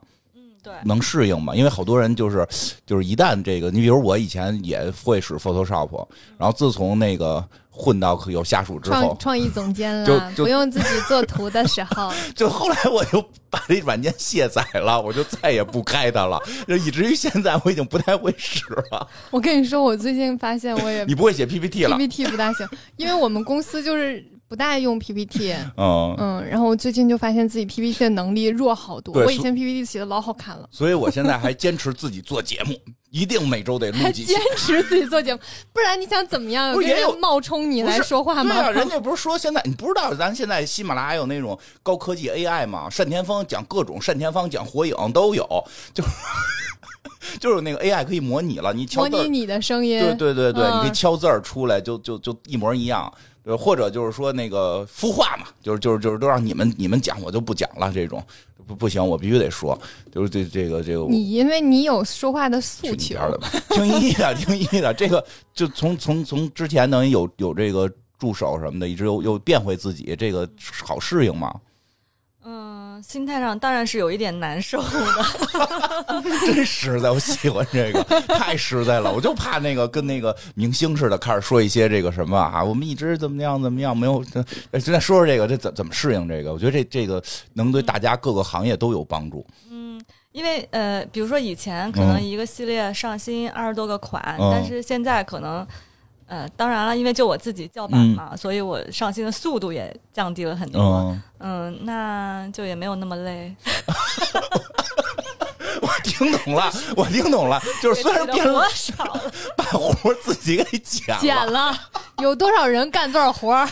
对能适应吗？因为好多人就是就是一旦这个，你比如我以前也会使 Photoshop，然后自从那个混到有下属之后创，创意总监就了，就不用自己做图的时 候，就后来我就把这软件卸载了， 我就再也不开它了，就以至于现在我已经不太会使了。我跟你说，我最近发现我也 你不会写 PPT 了， PPT 不大行，因为我们公司就是不大用 PPT。嗯，嗯，然后我最近就发现自己 PPT 的能力弱好多。对我所以前 PPT 写的老好看了，所以我现在还坚持自己做节目，一定每周得录还几期坚。持自己做节目，不然你想怎么样？不是跟也有人冒充你不来是说话吗？对啊，人家不是说现在你不知道咱现在喜马拉雅有那种高科技 AI 吗？单田芳讲各种，单田芳讲火影都有，就是就是 那个 AI 可以模拟了，你敲模字儿拟，你的声音，对对对对，嗯你可以敲字儿出来，就就就一模一样。呃或者就是说那个孵化嘛，就是就是就是都让你们你们讲，我就不讲了。这种不不行，我必须得说，就是这这个这个我你因为你有说话的诉去你求边，儿的 吧，听一的，听一的，这个就从从从之前等于有有这个助手什么的，一直又又变回自己，这个好适应吗？嗯，心态上当然是有一点难受的。真实在，我喜欢这个，太实在了，我就怕那个跟那个明星似的，开始说一些这个什么啊，我们一直怎么样怎么样，没有，呃现在说说这个，这怎怎么适应这个？我觉得这这个能对大家各个行业都有帮助。嗯，因为呃，比如说以前可能嗯一个系列上新二十多个款，嗯但是现在可能。呃，当然了，因为就我自己叫板嘛，所以我上新的速度也降低了很多。嗯，嗯，那就也没有那么累。 我听懂了，我听懂了，就是虽然给变的 活少了，把活儿自己给剪了，减 了，有多少人干多少活儿？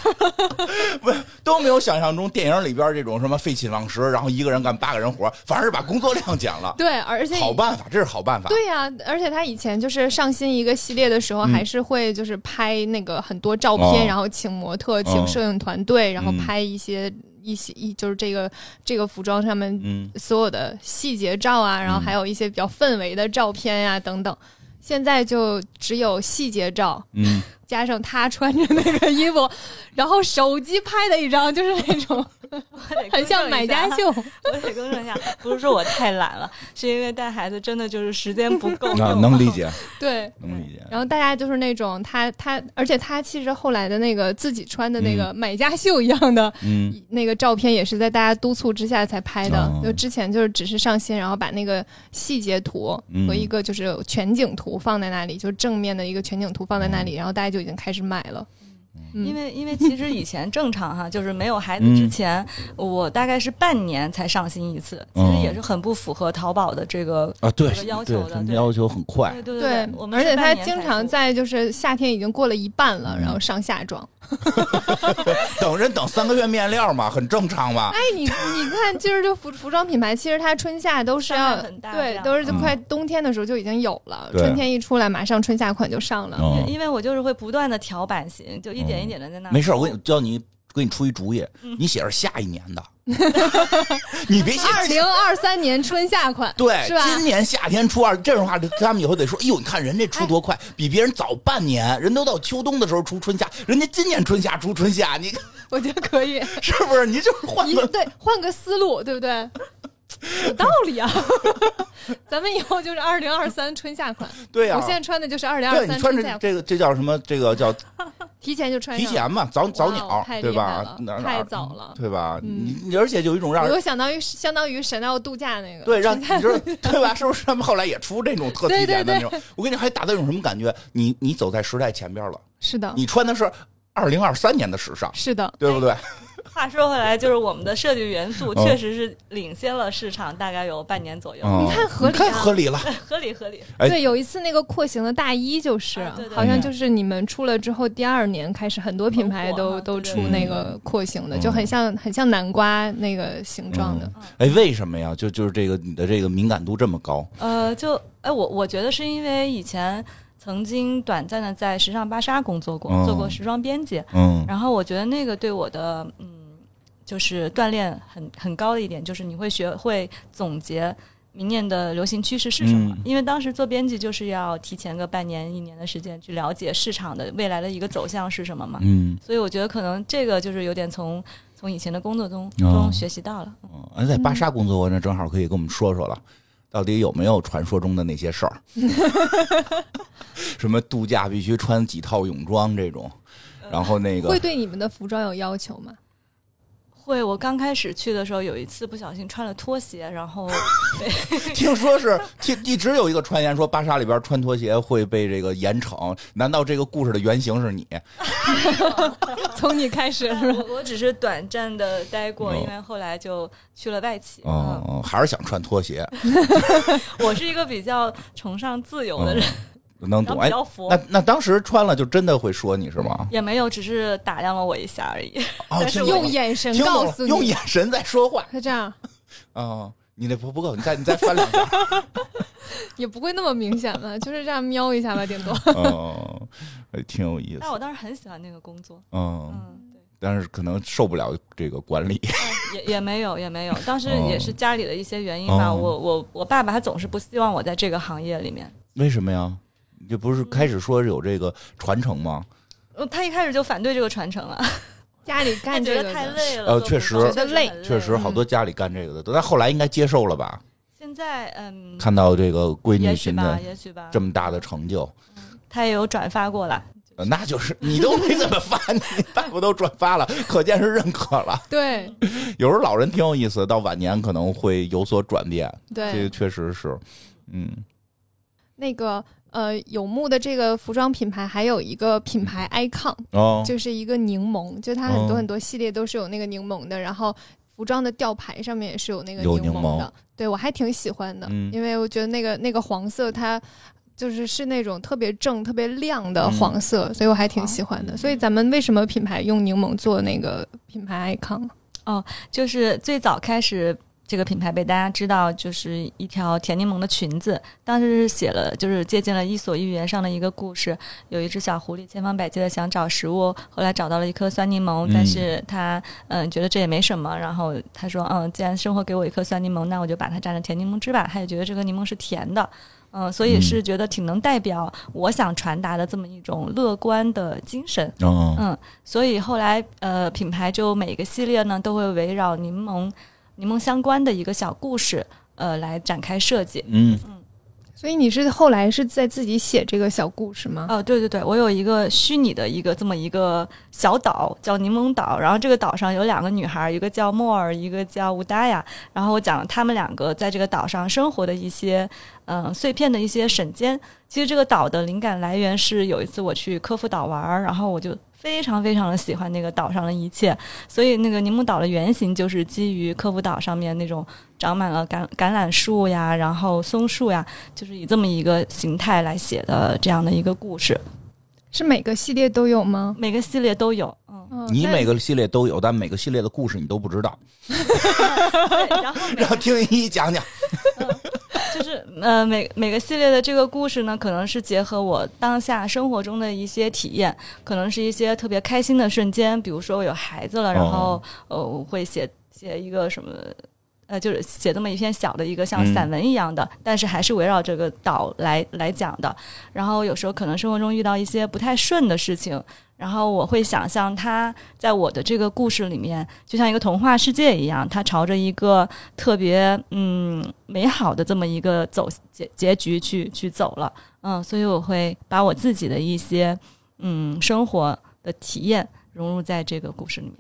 不是都没有想象中电影里边这种什么废寝忘食，然后一个人干八个人活，反而是把工作量减了。对，而且好办法，这是好办法。对呀、而且他以前就是上新一个系列的时候，还是会就是拍那个很多照片，嗯哦然后请模特、哦请摄影团队，然后嗯拍一些一些一就是这个这个服装上面嗯，所有的细节照啊，然后还有一些比较氛围的照片呀、等等。现在就只有细节照，嗯。加上他穿着那个衣 服，然后手机拍的一张，就是那 种我得很像更正一买家下秀。 我得更正一下，不是说我太懒了，是因为带孩子真的就是时间不 够那嗯啊能理解。嗯解，对，能理解。然后大家就是那种他他，而且他其实后来的那个自己穿的那个买家秀一样的、嗯，那个照片，也是在大家督促之下才拍的。哦就之前就是只是上新，然后把那个细节图嗯和一个就是全景图放在那里，就是正面的一个全景图放在嗯那里，然后大家就已经开始买了。嗯因为因为其实以前正常哈，就是没有孩子嗯之前，我大概是半年才上新一次，其嗯实也是很不符合淘宝的这个。啊，对有个要求的对，对要求很快对。对对我，们而是且他半年经才常出在就是夏天已经过了一半了，嗯然后上夏装。等人等三个月面料嘛，很正常嘛哎。，你你看，其实就服服装品牌，其实它春夏都是要商量很大这对，样都是就嗯快冬天的时候就已经有了，对哦春天一出来，马上春夏款就上了。对因为我就是会不断的调版型，就一点一点的在那。嗯没事，我给你教你，给你出一主意，你写着下一年的，你别写二今零二三年春夏款，对是吧？今年夏天初二，这种话他们以后得说，哎呦，你看人家出多快，比别人早半年，人都到秋冬的时候出春夏，人家今年春夏出春夏，你我觉得可以，是不是？你就是 换你个对换个思路，对不对？有道理啊！ 咱们以后就是二零二三春夏款，对呀、我现在穿的就是二零对啊二你三穿春着夏，这个这叫什么？这个叫提前就穿提上了。前嘛，早早哇鸟哦太对厉害吧了？哪哪太早了对吧？嗯你你而且有一种让我人又相当于相当于神要度假那个，对让你知道对吧？是不是他们后来也出这种特提对前的对那种？我跟你还达到一种什么感觉？你你走在时代前边了，是的，你穿的是二零二三年的时尚，是的，对不对？话说回来，就是我们的设计元素嗯确实是领先了市场，大概有半年左右，嗯你看合理啊太合理了。 合理合理。哎对，有一次那个廓形的大衣就是，啊对对好像对就是你们出了之后，第二年开始很多品牌很火都嘛都对出对那个廓形的，嗯就很像很像南瓜那个形状的。哎，为什么呀？就就是这个你的这个敏感度这么高，呃，就哎，我我觉得是因为以前曾经短暂的在时尚芭莎工作过，嗯做过时装编辑，嗯然后我觉得那个对我的嗯，就是锻炼很很高的一点，就是你会学会总结明年的流行趋势是什么。嗯因为当时做编辑就是要提前个半年一年的时间去了解市场的未来的一个走向是什么嘛。嗯，所以我觉得可能这个就是有点从从以前的工作中、哦中学习到了。嗯哎在芭莎工作过，那正好可以跟我们说说了。到底有没有传说中的那些事儿？什么度假必须穿几套泳装这种，然后那会个对你们的服装有要求吗？会，我刚开始去的时候，有一次不小心穿了拖鞋，然后 听说是听一直有一个传言说巴莎里边穿拖鞋会被这个严惩，难道这个故事的原型是你？ 从你开 始是吧？我我只是短暂的待过，哦因为后来就去了外企。嗯，哦，还是想穿拖鞋，我是一个比较崇尚自由的人，能然懂后比哎？较嗯佛，那那当时穿了就真的会说你是吗？也没有，只是打量了我一下而已。哦，听懂用了眼神听懂告了诉你，用眼神在说话他这样哦，你那不不够，你再你再翻两下。也不会那么明显吧？就是这样瞄一下吧，顶 多。哦，哎挺有意思 但。我当时很喜欢那个工作，嗯，嗯，对，但是可能受不了这个管理。也也没有，也没有，当时哦也是家里的一些原因吧。哦我我我爸爸他总是不希望我在这个行业里面， 为什么呀？这不是开始说有这个传承吗？呃他一开始就反对这个传承了，家里他干这觉个的得太累了，呃做确不实到觉得累很确实，好多家里干这个的，但后来应该接受了吧？现在嗯，看到这个闺也女许现吧，在也许吧，这么大的成就，他也有转发过来。呃那就是你都没怎么发， 你大夫都转发了，可见是认可了。 对有时候老人挺有意思，到晚年可能会有所转变，这对个，确实是，嗯。那个呃，有木的这个服装品牌还有一个品牌 icon，哦，就是一个柠檬，就它很哦多很多系列都是有那个柠檬的，然后服装的吊牌上面也是有那个有柠柠檬的，对我还挺喜欢的，嗯因为我觉得那个那个黄色它。就是是那种特别正、特别亮嗯的黄色，所以我还挺喜欢哦的。所以咱们为什么品牌用柠檬做那个品牌 icon？就是最早开始这个品牌被大家知道，就是一条甜柠檬的裙子，当时是写了，就是借鉴了《伊索寓言》上的一个故事，有一只小狐狸千方百计的想找食物，后来找到了一颗酸柠檬嗯，但是它嗯觉得这也没什么，然后他说嗯，既然生活给我一颗酸柠檬，那我就把它榨成甜柠檬汁吧，他也觉得这个柠檬是甜的。嗯，所以嗯是觉得挺能代表我想传达的这么一种乐观的精神，哦，嗯，所以后来呃，品牌就每个系列呢都会围绕柠檬、柠檬相关的一个小故事，呃，来展开设计。嗯，所以你是后来是在自己写这个小故事吗？哦，对对对，我有一个虚拟的一个这么一个小岛，叫柠檬岛。然后这个岛上有两个女孩，一个叫莫尔，一个叫乌达雅。然后我讲她们两个在这个岛上生活的一些，嗯、碎片的一些瞬间。其实这个岛的灵感来源是有一次我去科孚岛玩儿，然后我就非常非常的喜欢那个岛上的一切，所以那个柠檬岛的原型就是基于科孚岛上面那种长满了橄橄榄树呀，然后松树呀，就是以这么一个形态来写的这样的一个故事。是每个系列都有吗？每个系列都有，嗯， 嗯你那每个系列都有，但每个系列的故事你都不知道，然后每然后听一一讲讲。就是呃每每个系列的这个故事呢，可能是结合我当下生活中的一些体验，可能是一些特别开心的瞬间，比如说我有孩子了，然后哦呃我会写写一个什么。呃，就是写这么一篇小的一个像嗯散文一样的，但是还是围绕这个岛来来讲的。然后有时候可能生活中遇到一些不太顺的事情，然后我会想象它在我的这个故事里面，就像一个童话世界一样，它朝着一个特别嗯美好的这么一个走结结局去去走了。嗯，所以我会把我自己的一些嗯生活的体验融入在这个故事里面。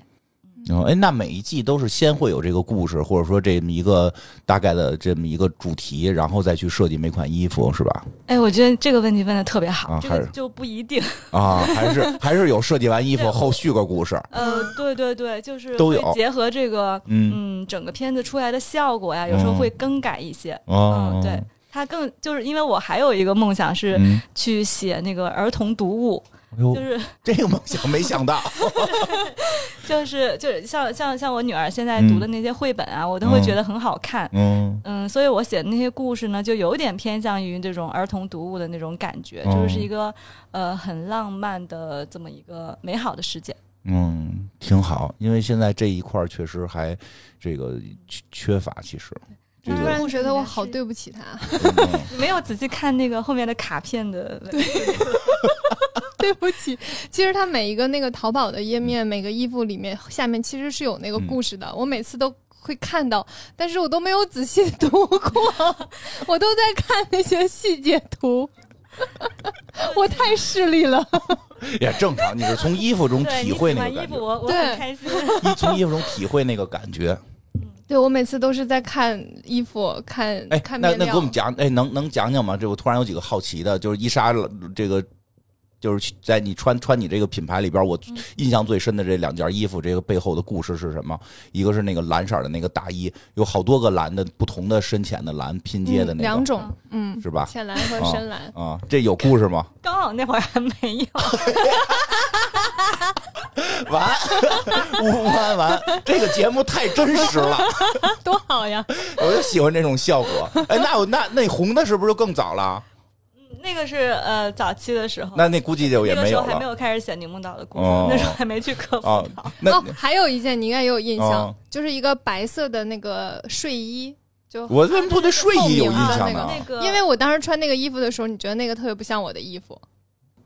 然后，哎，那每一季都是先会有这个故事，或者说这么一个大概的这么一个主题，然后再去设计每款衣服，是吧？哎，我觉得这个问题问的特别好，啊这还个是就不一定。啊，还是还是有设计完衣服对后续个故事。呃，对对对，就是嗯都会有结合这个嗯，嗯整个片子出来的效果呀，有时候嗯会更改一些。哦嗯，，对，它更就是因为我还有一个梦想是嗯，去写那个儿童读物，哎呦就，是这个梦想没想 到，就是就是像像像我女儿现在读的那些绘本啊，我都会觉得很好看。嗯，嗯，所以我写的那些故事呢，就有点偏向于这种儿童读物的那种感觉，哦就是一个呃很浪漫的这么一个美好的世界。嗯，挺好，因为现在这一块儿确实还这个缺缺乏，其实 这突个然觉得我好对不起他，嗯你没有仔细看那个后面的卡片的， 对不起。其实它嗯每一个那个淘宝的页面，每个衣服里面下面其实是有那个故事的。我每次都会看到，但是我都没有仔细 读过，我都在看那些细节图， 我太势利 了。也正常。你是从衣服中对，体你会喜那欢个衣感服，觉，我我对很开心。一从衣服中体会那个感觉。对我每次都是在看衣服，看哎，看那面那给料我们。讲，哎，能能讲讲吗？这我突然有几个好奇的，就是伊莎这个，就是去在你穿穿你这个品牌里边，我嗯印象最深的这两件衣服，这个背后的故事是什么？一个是那个蓝色的那个大衣，有好多个蓝的，不同的深浅的蓝拼接嗯的那个，啊两种，嗯，是吧？浅蓝和啊深蓝，啊，这有故事吗？刚好那会儿还没有， 完，乌完完，这个节目太真实了， 多好呀！我就喜欢这种效果。哎，那我那那红的是不是就更早了？那个是呃早期的时候，那那估计就也那个没时有候还没了有开始写柠檬岛的故事，哦那时候还没去克服啊岛。。那哦，还有一件你应该也有印象，哦就是一个白色的那个睡衣，就我为什么对这睡衣有印透象明的呢？那个， 因为我当时穿那个衣服的时候，你觉得那个特别不像我的衣服，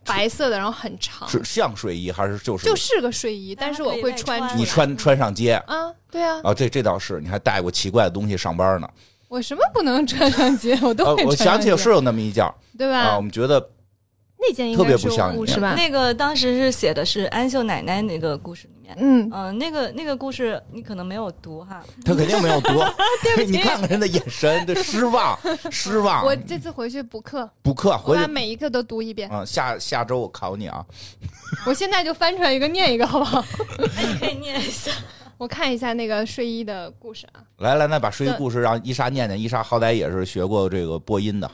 白色的，然后很长，是像睡衣还是就是？啊就是个睡衣，但是我会穿但它可出以外穿你来。穿穿上街啊，对啊，啊，这这倒是，你还带过奇怪的东西上班呢。我什么不能穿上 街，我都呃会，我穿想上起街，嗯有是有那么一件儿对啊，吧我？们觉得那件应特别该不像你是是吧？那个当时是写的是安秀奶奶那个故事里面，嗯，嗯、那个那个故事你可能没有读哈， 他肯定没有 多。 你看看人的眼神，这失望，失望。我这次回去补课，补课我回把去。每一个都读一遍，嗯，下下周我考你啊！我现在就翻出来一个念一个，好不 好？哎，你可以念一下。我看一下那个睡衣的故事啊，来来来，把睡衣这故事让伊莎念念。伊莎好歹也是学过这个播音的，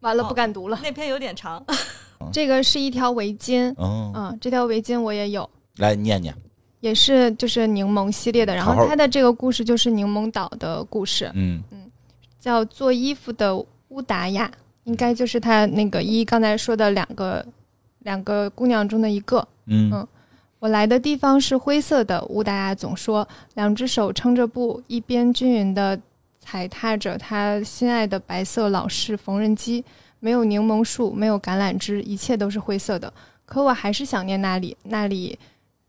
完了哦不敢读了。那篇有点长，这个是一条围巾，嗯，嗯，这条围巾我也有。来念念，也是就是柠檬系列的，然好好后它的这个故事就是柠檬岛的故事，嗯，叫做衣服的乌达亚，应该就是他那个一刚才说的两个两个姑娘中的一个。嗯嗯我来的地方是灰色的，乌达亚总说，两只手撑着布，一边均匀的踩踏着他心爱的白色老式缝纫机。没有柠檬树，没有橄榄枝，一切都是灰色的。可我还是想念那里，那里，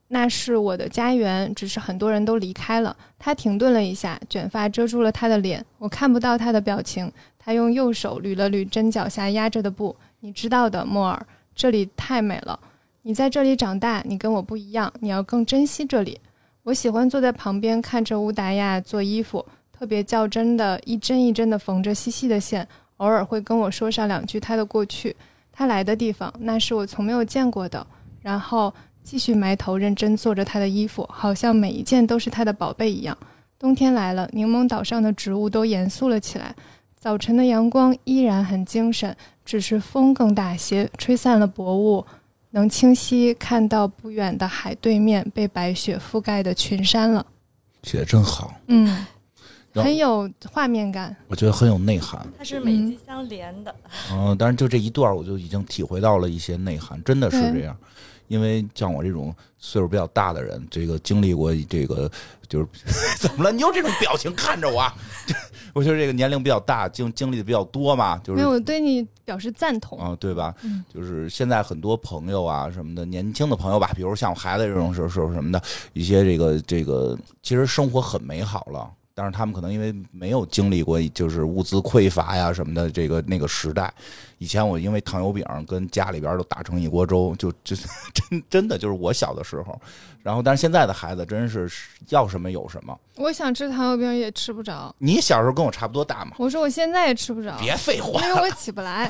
那是我的家园，只是很多人都离开了。他停顿了一下，卷发遮住了他的脸，我看不到他的表情。他用右手捋了捋针脚下压着的布。你知道的，莫尔，这里太美了。你在这里长大，你跟我不一样，你要更珍惜这里。我喜欢坐在旁边看着乌达亚做衣服，特别较真的一针一针的缝着细细的线，偶尔会跟我说上两句他的过去，他来的地方，那是我从没有见过的。然后继续埋头认真做着他的衣服，好像每一件都是他的宝贝一样。冬天来了，柠檬岛上的植物都严肃了起来。早晨的阳光依然很精神，只是风更大些，吹散了薄雾，能清晰看到不远的海对面被白雪覆盖的群山了。写的真好，嗯，然后很有画面感。我觉得很有内涵。它是嗯每集相连的。嗯，但是就这一段，我就已经体会到了一些内涵，真的是这样。因为像我这种岁数比较大的人，这个经历过这个就是 怎么了？你有这种表情看着我啊， 我就是这个年龄比较大，经经历的比较多嘛，就没是有，我对你表示赞同。啊、对吧？嗯就是现在很多朋友啊什么的，年轻的朋友吧，比如像我孩子这种时候时候什么的，一些这个这个，其实生活很美好了。但是他们可能因为没有经历过就是物资匮乏呀什么的这个那个时代，以前我因为糖油饼跟家里边都打成一锅粥，就就 真真的就是我小的时候。然后，但是现在的孩子真是要什么有什么。我想吃糖油饼也吃不着，你小时候跟我差不多大嘛？我说我现在也吃不着，别废话，因为我起不来。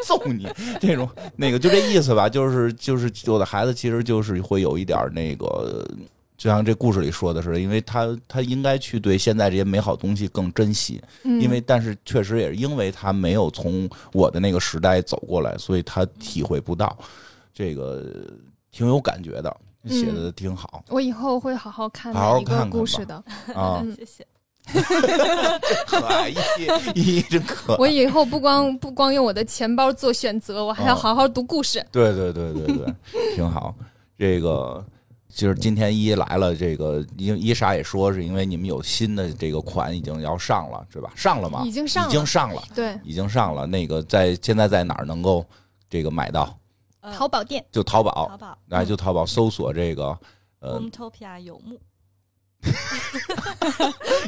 揍你这种那个就这意思吧，就是就是我的孩子其实就是会有一点儿那个，就像这故事里说的似的，因为他他应该去对现在这些美好东西更珍惜，嗯， 因为但是确实也是因为他没有从我的那个时代走过来，所以他体会不到这个挺有感觉的，写的挺好我以后会好好看好好每一个看看故事吧的。 啊， 嗯谢谢。可爱一一真可我爱，以后不 光不光用我的钱包做选择，我还要哦好好读故事。对对对对对，挺好。这个就是今天一来了，这个因伊莎也说是因为你们有新的这个款已经要上了，是吧？上了吗？已经上了已经上了，对，已经上了。那个在现在在哪儿能够这个买到？呃淘宝嗯店就淘宝淘，宝啊，就淘宝搜索这个。呃， Hometopia 有木，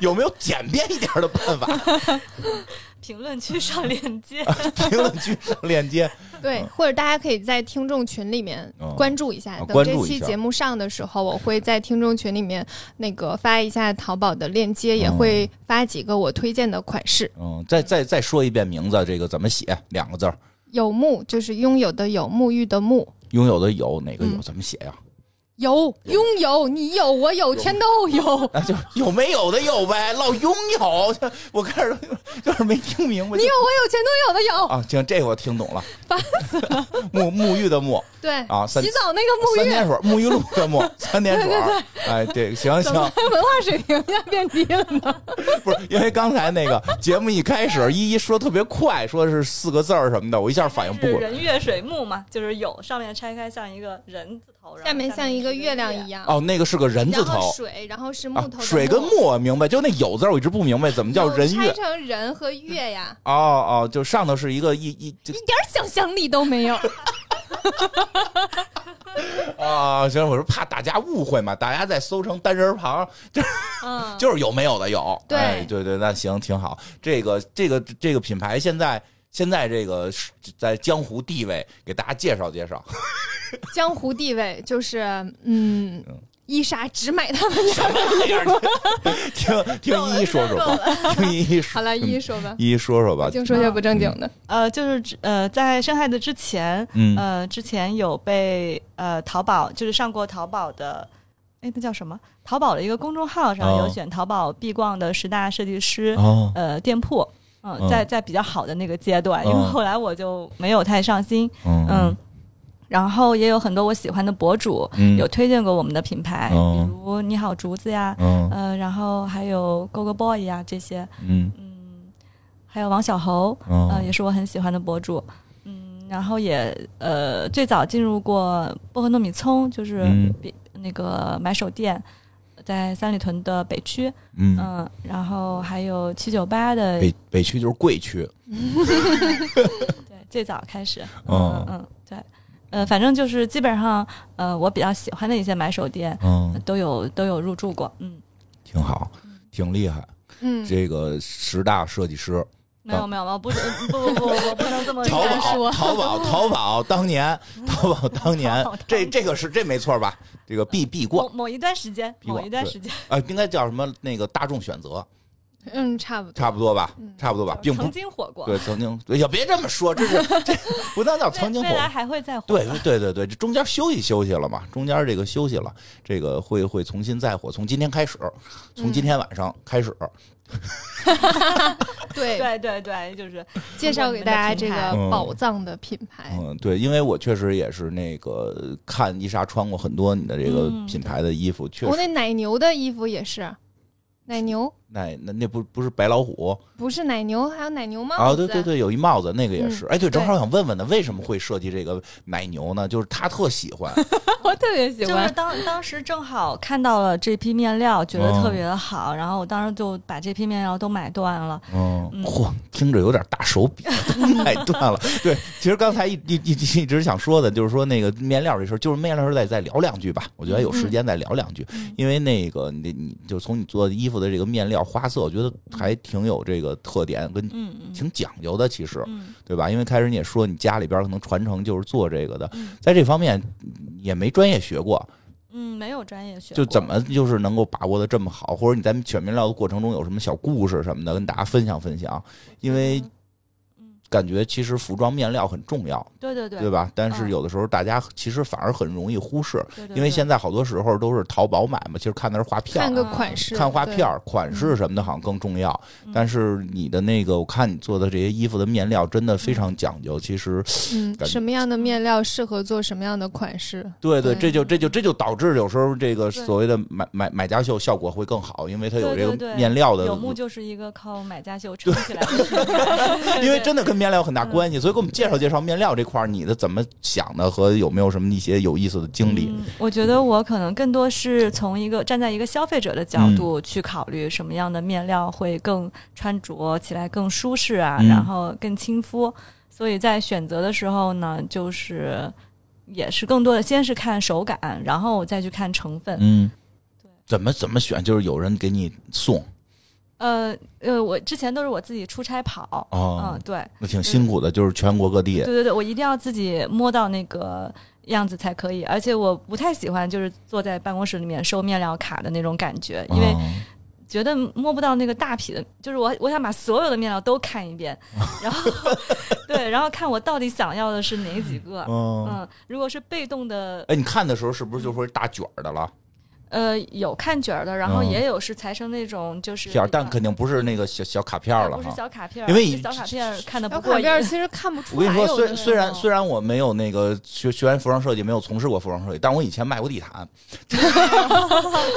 有没有简便一点的办法？ 评论区上链接。评论区上链接。对，或者大家可以在听众群里面嗯关注一下，啊等关这注一期下节目上的时候，我会在听众群里面那个发一下淘宝的链接，也嗯会发几个我推荐的款式。嗯，再再再说一遍名字，这个怎么写？两个字儿，有木就是拥有的有，沐浴的沐，拥有的有哪个有嗯怎么写呀？有拥有，你有我有，全都有。那啊 就有没有的有呗，老拥有。我开始就是没听明白。你有我有，全都有的有。啊，行，这个我听懂了，烦死了。沐沐浴的沐，对啊三洗澡那个沐三浴，点水，沐浴露的沐，三点水。哎，对，行怎么行，文化水平一下变低了呢？不是因为刚才那个节目一开始，依依说特别快，说是四个字儿什么的，我一下反应不是过来。人月水木嘛，就是有上面拆开像一个人字头，然后下面像一个是月亮一样，哦，那个是个人字然后头水，然后是木啊头，的水跟木木我明白，就那有字儿我一直不明白怎么叫人有月拆。成人和月呀，哦哦，就上头是一个一一就一点想象力都 没有。啊，行，我说怕大家误会嘛，大家再搜成单人旁，嗯，就是有没有的有。对哎对对，那行挺好。这个这个这个品牌现在现在这个是在江湖地位，给大家介绍介绍。江湖地位就是嗯嗯，伊莎只买他们家。听听依依说说吧，听依依说。 好了，一说吧，依依说说吧。净说些不正经的。呃，就是指呃，在深海的之前，嗯呃，之前有被呃淘宝就是上过淘宝的，哎，那叫什么？淘宝的一个公众号上哦有选淘宝必逛的十大设计师、哦呃店铺，嗯、嗯在在比较好的那个阶段，因为嗯后来我就没有太上心，嗯嗯，然后也有很多我喜欢的博主、嗯有推荐过我们的品牌，哦比如你好竹子呀，嗯呃，然后还有 GoGo Boy 呀这些，嗯嗯，还有王小猴，嗯呃，也是我很喜欢的博主。嗯，然后也呃，最早进入过薄荷糯米葱，就是嗯比、那个买手店，在三里屯的北区。嗯嗯，然后还有七九八的，北北区就是贵区，对，最早开始。哦嗯嗯，对，呃，反正就是基本上，呃，我比较喜欢的一些买手店、嗯呃，都有都有入驻过。嗯，挺好，挺厉害。嗯，这个十大设计师，没有没有没有，不是 不不不，我不能这 么淘宝，说淘宝，淘宝，当年，淘宝当年淘宝，这这个是这没错吧？这个必必某逛某一段时间，比某我一段对时间，啊，应该叫什么？那个大众选择，嗯，差不多。差不多吧，差不多吧，并不嗯曾经火过，对曾经，对也别这么说，这是 这不能叫未曾经火未。来还会再火。对对对对，这中间休息休息了嘛，中间这个休息了，这个会会重新再火，从今天开始，从嗯今天晚上开哎始，对，对对对，就是介绍给大家这我们的个宝藏的品牌。嗯，对，因为我确实也是那个看伊莎穿过很多你的这个嗯品牌的衣服，确我实那奶牛的衣服也是，奶牛那那那不不是白老虎不是奶牛，还有奶牛帽子。啊，对对，对，有一帽子，那嗯个也是。哎，对，正好对想问问呢，为什么会设计这个奶牛呢？就是他特喜欢， 我特别喜就是欢。当当时正好看到了这批面料，觉得哦特别的好，然后我当时就把这批面料都买断了。嗯嗯嚯，听着有点大手笔， 都买断了。对，其实刚才一一一一直想说的，就是说那个面料这事儿，就是面料儿再再聊两句吧。我觉得有嗯时间再聊两句，因为那个你你就从你做衣服的这个面料花色，我觉得还挺有这个特点，跟嗯嗯挺讲究的，其实嗯，对吧？因为开始你也说你家里边儿可能传承就是做这个的嗯，在这方面嗯也没专业学过，嗯，没有专业学过，就怎么就是能够把握的这么好，或者你在选面料的过程中有什么小故事什么的，跟大家分享分享，因为。嗯，感觉其实服装面料很重要，对对对，对吧？但是嗯有的时候大家其实反而很容易忽视，对对因为对现在好多时候都是淘宝买嘛，其实看的是划片看儿，啊个款式，看划对片儿、款式什么的，好像更重要。嗯但是你的那个，我看你做的这些衣服的面料真的非常讲究，其实嗯，感觉什么样的面料适合做什么样的款式？对对，对这就这就这就导致有时候这个对所谓的买买买家秀效果会更好，因为它有对这对个对面料的有木就是一个靠买家秀撑起来的品牌，因为对嗯真的跟面料有很大关系，所以给我们介绍介绍面料这块儿，你的怎么想的和有没有什么一些有意思的经历？嗯我觉得我可能更多是从一个站在一个消费者的角度嗯去考虑什么样的面料会更穿着起来更舒适啊，嗯然后更亲肤。所以在选择的时候呢，就是也是更多的先是看手感，然后再去看成分。嗯，怎么怎么选？就是有人给你送呃呃，我之前都是我自己出差跑，哦嗯，对，那挺辛苦的，就是全国各地对对对，我一定要自己摸到那个样子才可以，而且我不太喜欢就是坐在办公室里面收面料卡的那种感觉，因为哦觉得摸不到那个大匹的，就是我我想把所有的面料都看一遍，哦 然后对，然后看我到底想要的是哪几个。哦，嗯，如果是被动的，哎，你看的时候是不是就说是大卷儿的了？呃，有看卷儿的，然后嗯也有是裁成那种就是片儿，比较但肯定不是那个小小卡片儿了不是哈。小卡片儿，因为是以小卡片儿看的不小过卡瘾片。儿其实看不出我跟来你有说，那种。虽虽然虽然我没有那个学学完服装设计，没有从事过服装设计，但我以前卖过地毯。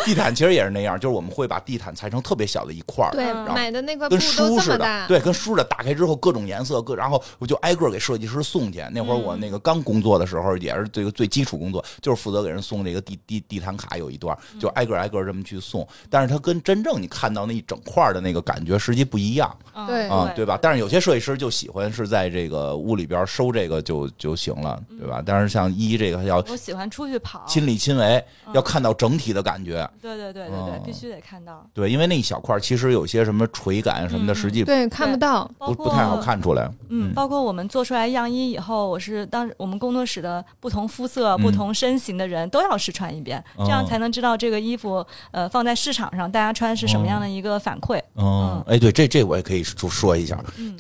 地毯其实也是那样，就是我们会把地毯裁成特别小的一块儿，对嗯买的那个布跟都书这似么的大，，对，跟书似的。打开之后各种颜色，各然后我就挨个给设计师送去。那会儿我那个刚工作的时候，也是这个最基础工作，就是负责给人送这个地地地毯卡，有一段就挨个挨个这么去送。但是它跟真正你看到那一整块的那个感觉，实际不一样嗯对啊，对吧？但是有些设计师就喜欢是在这个屋里边收这个就就行了，对吧？但是像一这个要我喜欢出去跑，亲力亲为，嗯要看到整体的感觉。对对对对对，嗯必须得看到，对，因为那一小块其实有些什么垂感什么的，嗯实际对看不到。包不括不太好。看出来。嗯，嗯包括我们做出来样衣以后，我是当我们工作室的不同肤色、嗯不同身形的人都要试穿一遍，哦这样才能知道这个衣服呃放在市场上大家穿是什么样的一个反馈。哦，哎，对，这这我也可以说说一下。 嗯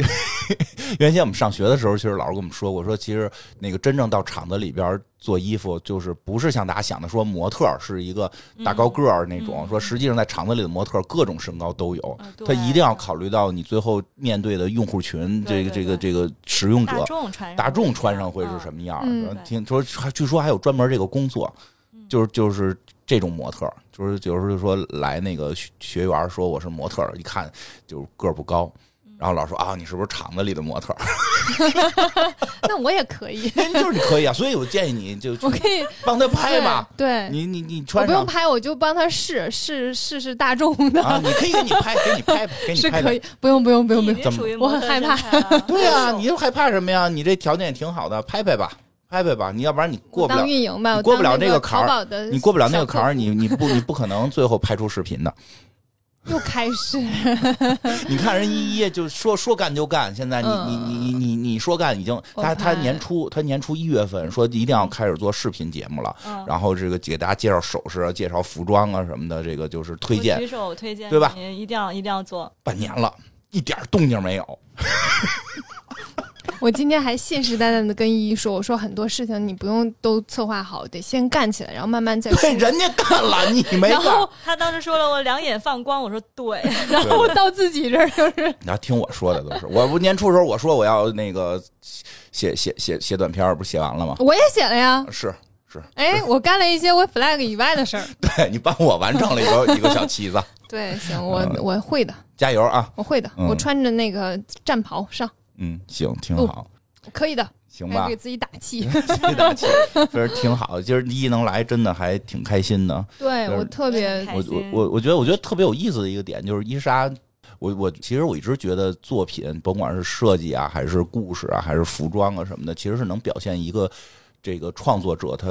原先我们上学的时候，其实老师跟我们说过，说其实那个真正到厂子里边做衣服，就是不是像大家想的说模特儿是一个大高个儿那种，嗯说实际上在厂子里的模特儿各种身高都有，呃他对一定要考虑到你最后面对的用户群，这对个对这个对这个使用者大众穿上啊大众穿上会是什么？么样儿？嗯然后听说还据说还有专门这个工作，就是就是这种模特儿，就是就是说来那个学学员儿说我是模特儿，一看就是个儿不高。嗯然后老师说啊，你是不是厂子里的模特儿？ 那我也可以，就是你可以啊，所以我建议你就我可以帮他 拍吧。对，你你你我穿不用上拍，我就帮他试试试试大众的，啊，你可以给你拍，给你拍吧，给 你是拍可的以。，不用不用不用不已用，经属于我很模特害怕身材了 对啊，你又害怕什么呀？你这条件也挺好的，拍拍吧，拍拍吧。你要不然你过我不了当，运营吧，你我过不了当那那个坎淘儿宝的，你过不了那个坎儿，你你不你不可能最后拍出视频的。又开始， 你看人一一就说说干就干，现在你、嗯你你你你说干已经，我他他看年初他年初一月份说一定要开始做视频节目了，嗯然后这个给大家介绍首饰啊、介绍服装啊什么的，这个就是推我荐举手推荐，对吧？一定要一定要做。半年了，一点动静没有。我今天还信誓旦旦的跟依依说，我说很多事情你不用都策划好，得先干起来，然后慢慢再说对，。人家干了， 你没然干。后他当时说了，我两眼放光，我说对，然后到自己这儿就是 你要听我说的都是，我不年初的时候我说我要那个写写写写短篇儿，不是写完了吗？我也写了呀，是是，哎，我干了一些我 flag 以外的事儿。对你帮我完成了一个一个小旗子，对， 呃行，我我会的，加油啊！我会的，嗯我穿着那个战袍上，嗯，行，挺嗯好，可以的，行吧还。给自己打 气。非打气，其实挺好。今儿一能来，真的还挺开心的。对就是我特别开我我心我我觉得我觉得特别有意思的一个点就是伊莎，我我其实我一直觉得作品，甭管是设计啊，还是故事啊，还是服装啊什么的，其实是能表现一个这个创作者他。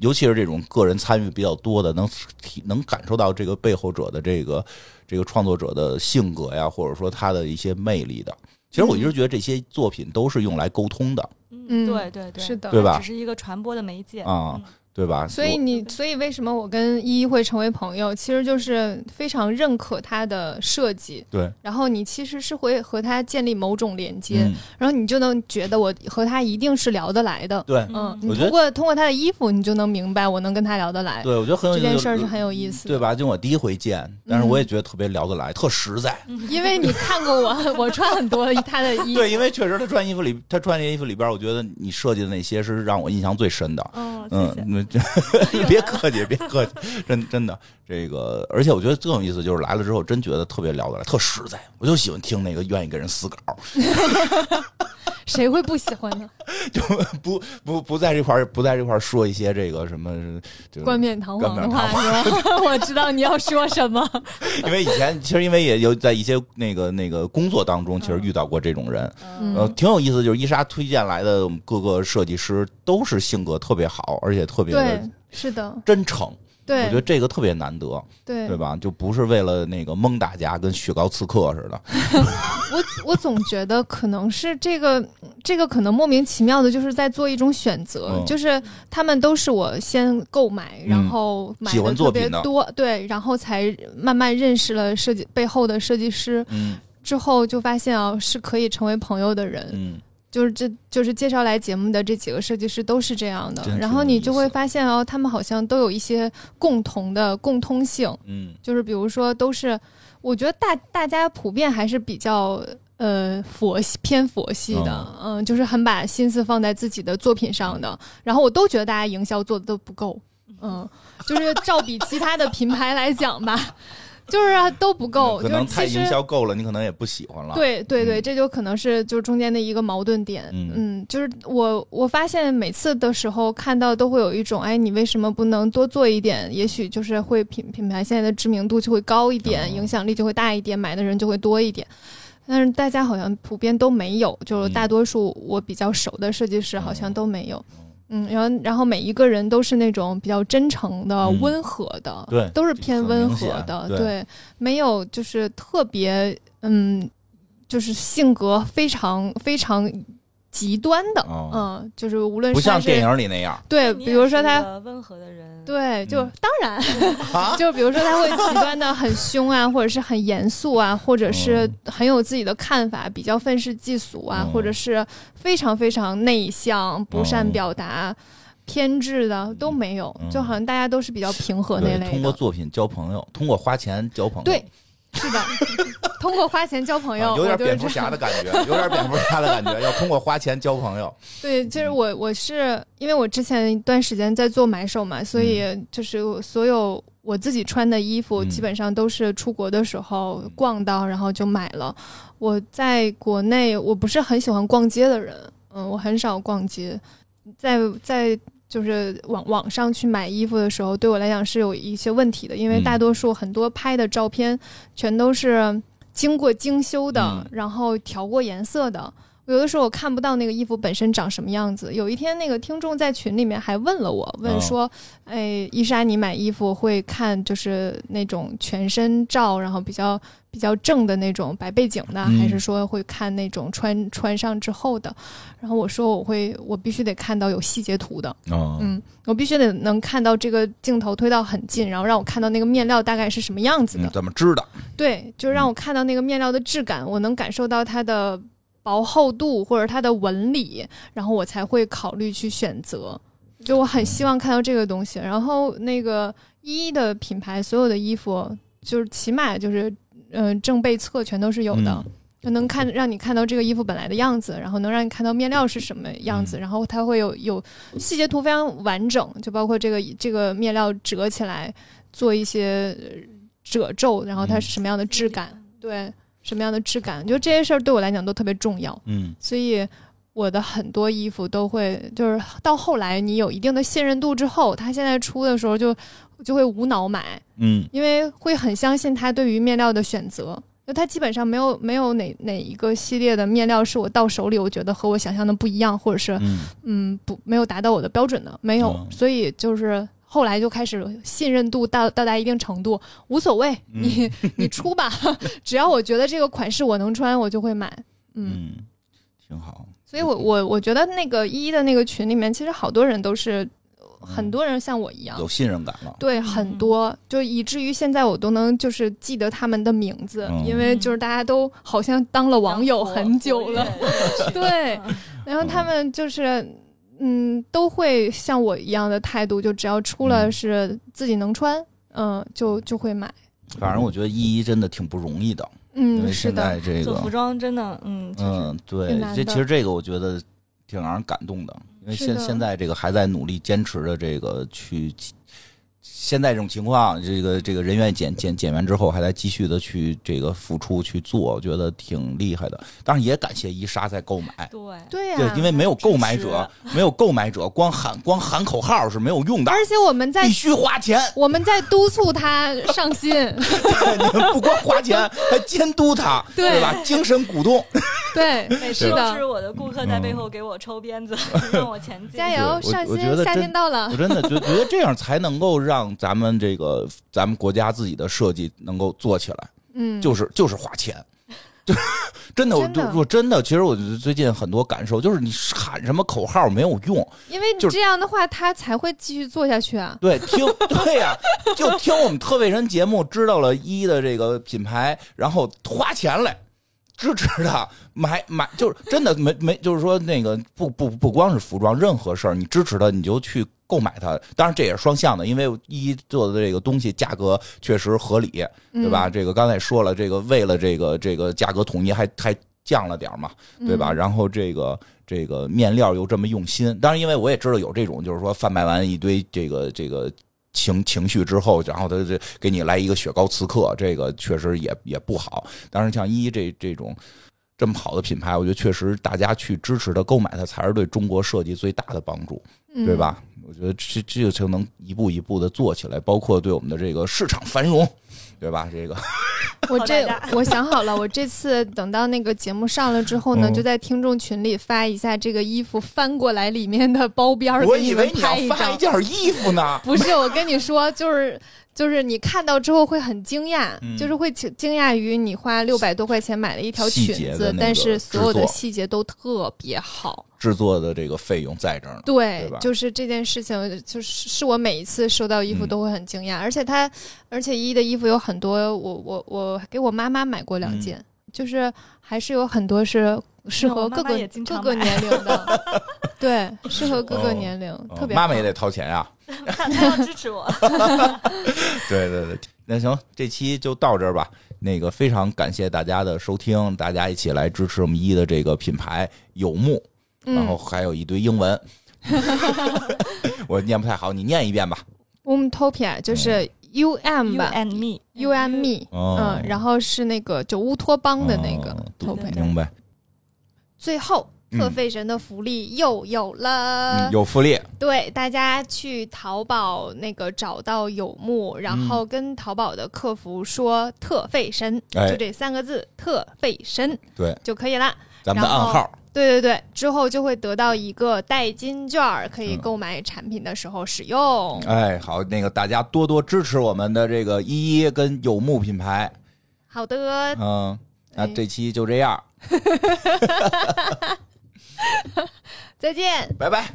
尤其是这种个人参与比较多的，能体能感受到这个背后者的这个这个创作者的性格呀，或者说他的一些魅力的。其实我一嗯直觉得这些作品都是用来沟通的嗯对对对，是的，对吧只是一个传播的媒介啊，对吧？所以我你，所以为什么我跟依依会成为朋友，其实就是非常认可她的设计，对，然后你其实是会和她建立某种连接，嗯然后你就能觉得我和她一定是聊得来的。对，嗯嗯，你我觉得通过通过她的衣服，你就能明白我能跟她聊得来。对，我觉得很有哎这件意思就事儿是很有意思的嗯对吧？就我第一回见，但是我也觉得特别聊得来，特实在。因为你看过我， 我穿很多她的衣服。对，因为确实他穿衣服里，他穿这些衣服里边，我觉得你设计的那些是让我印象最深哦的。嗯，谢嗯谢。，那 这别客气，别客气，真真的这个，而且我觉得最有意思就是来了之后，真觉得特别聊得来，特实在。我就喜欢听那个愿意给人撕稿， 谁会不喜欢呢？就不不不在这块儿不在这块儿说一些这个什么，就是冠冕堂皇的话冠是 吧？我知道你要说什么。因为以前其实因为也有在一些那个那个工作当中，其实遇到过这种人，嗯呃，挺有意思，就是伊莎推荐来的各个设计师都是性格特别好，而且特别对的，是的，真诚。我对觉得这个特别难得，对对吧？就不是为了那个蒙大家，跟雪糕刺客似的。我我总觉得可能是这个这个可能莫名其妙的，就是在做一种选择，嗯就是他们都是我先购买，嗯然后买喜欢的作特品别的多，对，然后才慢慢认识了设计背后的设计师，嗯之后就发现啊是可以成为朋友的人，嗯，就是这就是介绍来节目的这几个设计师都是这样的真，挺然后有意你思就会发现哦，他们好像都有一些共同的共通性，嗯，就是比如说都是，我觉得大大家普遍还是比较呃佛系偏佛系的，哦嗯、就是很把心思放在自己的作品上的。然后我都觉得大家营销做的都不够，嗯，就是照比其他的 品牌来讲吧，就是、啊都不够，嗯 哦就可能是太其实营销够了，你可能也不喜欢了。，对对对，嗯这就可能是就是中间的一个矛盾点。嗯嗯就是我我发现每次的时候看到都会有一种，哎，你为什么不能多做一点？也许就是会品品牌现在的知名度就会高一点，哦影响力就会大一点，买的人就会多一点。但是大家好像普遍都没有，就是嗯大多数我比较熟的设计师好哦像都没有。嗯，然后然后每一个人都是那种比较真诚的、嗯温和的，对都是偏温和很的，明显对没有就是特别嗯，就是性格非常非常极端的，哦嗯，就是无论不是像他是电影里那样对，比如说他。温和的人，，对，就嗯当然，啊。 就比如说他会极端的很凶啊，或者是很严肃啊，或者是哦很有自己的看法，比较愤世嫉俗啊，嗯或者是非常非常内向、不善嗯表达、偏执的都没有，嗯就好像大家都是比较平和那对，类通过的。作品交朋友，通过花钱交朋友，对，是的，通过花钱交朋友，啊有点我就是蝙这蝠样侠的感觉，有点蝙蝠侠的感觉，要通过花钱交朋友。对，就是嗯我我是因为我之前一段时间在做买手嘛，所以就是我所有我自己穿的衣服，嗯基本上都是出国的时候嗯逛到，然后就买了。我在国内我不是很喜欢逛街的人，嗯，我很少逛街，在在。就是网网上去买衣服的时候，对我来讲是有一些问题的，因为嗯大多数很多拍的照片全都是经过精修的，嗯然后调过颜色的，有的时候我看不到那个衣服本身长什么样子。有一天，那个听众在群里面还问了我，哦问说：“哎，伊莎，你买衣服会看就是那种全身照，然后比较比较正的那种白背景的，嗯还是说会看那种穿穿上之后的？”然后我说：“我会，我必须得看到有细节图的，嗯嗯，我必须得能看到这个镜头推到很近，然后让我看到那个面料大概是什么样子的。嗯，怎么知道？对，就让我嗯看到那个面料的质感，我能感受到它的薄厚度或者它的纹理，然后我才会考虑去选择。就我很希望看到这个东西。然后那个一一的品牌所有的衣服，就是起码就是嗯、呃正背侧全都是有的。嗯就能看让你看到这个衣服本来的样子，然后能让你看到面料是什么样子，嗯然后它会有有细节图非常完整，就包括这个这个面料折起来做一些呃褶皱，然后它是什么样的质感，对什么样的质感，就这些事儿对我来讲都特别重要，嗯所以。我的很多衣服都会，就是到后来你有一定的信任度之后，它现在出的时候就就会无脑买，嗯因为会很相信他对于面料的选择。就他基本上没有没有哪哪一个系列的面料是我到手里我觉得和我想象的不一样，或者是嗯，嗯不没有达到我的标准的，没有。哦所以就是后来就开始信任度到到达一定程度，无所谓，你、你出吧，只要我觉得这个款式我能穿，我就会买。嗯，嗯，挺好。所以我我我觉得那个一的那个群里面，其实好多人都是很多人像我一样，有信任感了。对，嗯很多，就以至于现在我都能就是记得他们的名字，嗯因为就是大家都好像当了网友很久了，了 对，嗯然后他们就是。嗯，都会像我一样的态度，就只要出了嗯是自己能穿，嗯，就就会买，反正我觉得依依真的挺不容易的，因嗯，为是现的，在 这做个服，装真的，嗯，就是嗯，对挺，难这的其实这个我觉得挺让人感动的，因为是现的现在这个还在努力坚持的这个去。现在这种情况，这个这个人员减减减员之后，还在继续的去这个付出去做，我觉得挺厉害的。当然也感谢伊莎在购买，对，对呀、对，啊因为没有购买者，没有购买者，光喊光喊口号是没有用的，而且我们在必须花钱。我们在督促他上 新， 你们不光花钱，还监督他，对吧？精神鼓动，对，每是次的都是我的顾客在背后给我抽 鞭子，让我前进。加油，对我上我新觉，得夏真天到了我，真的觉觉得这样才能够让咱们这个咱们国家自己的设计能够做起来，嗯，就是就是花钱。 就真的，我真的我真的，其实我最近很多感受就是，你喊什么口号没有用，因为你就是这样的话，他才会继续做下去啊。对，听， 对呀、就听我们特卫神节目，知道了一的这个品牌，然后花钱来支持他，买买，就是真的没没，就是说那个不不不光是服装，任何事儿你支持他，你就去购买它。当然这也是双向的，因为一做的这个东西价格确实合理，对吧？这个刚才也说了，这个为了这个这个价格统一还还降了点儿嘛，对嗯吧？然后这个这个面料又这么用心，当然，因为我也知道有这种，就是说贩卖完一堆这个这个情情绪之后，然后他这给你来一个雪糕刺客，这个确实也也不好。当然，像一这这种这么好的品牌，我觉得确实大家去支持它、购买它，才是对中国设计最大的帮助，嗯对？吧？我觉得这这个就能一步一步的做起来，包括对我们的这个市场繁荣，对吧？这个 我好这大家我想好了，我这次等到那个节目上了之后呢，嗯就在听众群里发一下这个衣服翻过来里面的包边儿，我给你以们为你拍要一发一张。件衣服呢。 不是，我跟你说，就是就是你看到之后会很惊讶，嗯就是会惊惊讶于你花六百多块钱买了一条细裙节的子，那但个是所有制的作细节都特别好。制作的这个费用在这儿呢。对对吧就是这件事情，就是是我每一次收到衣服嗯都会很惊讶，而且它，而且一的衣服有很多，我我我给我妈妈买过嗯两件，就是还是有很多是适合我妈各妈个也经各常个买年龄 的，对，适合各个哦年龄，哦特别妈好妈也得掏钱啊。 他他要支 持我。 对对对，那行，这期就到这儿吧。那个非常感谢大家的收听，大家一起来支持我们一的这个品牌有木，然后还有一堆英文， 我念不太好，你念一遍吧。 Umtopia 就是 U M You 吧 and me， ，U M E，哦嗯，然后是那个就乌托邦的那个哦对 Topia。明白，最后，嗯特费神的福利又有了嗯，，有福利，对大家去淘宝那个找到有木，然嗯后跟淘宝的客服说“特费神”，哎就这三个字“特费神”对，就可以了。咱们的然后暗号，对对对，之后就会得到一个代金券儿，可以嗯购买产品的时候使用。哎，好，那个大家多多支持我们的这个一一跟有木品牌，好的，嗯，那哎这期就这样，再见。拜拜。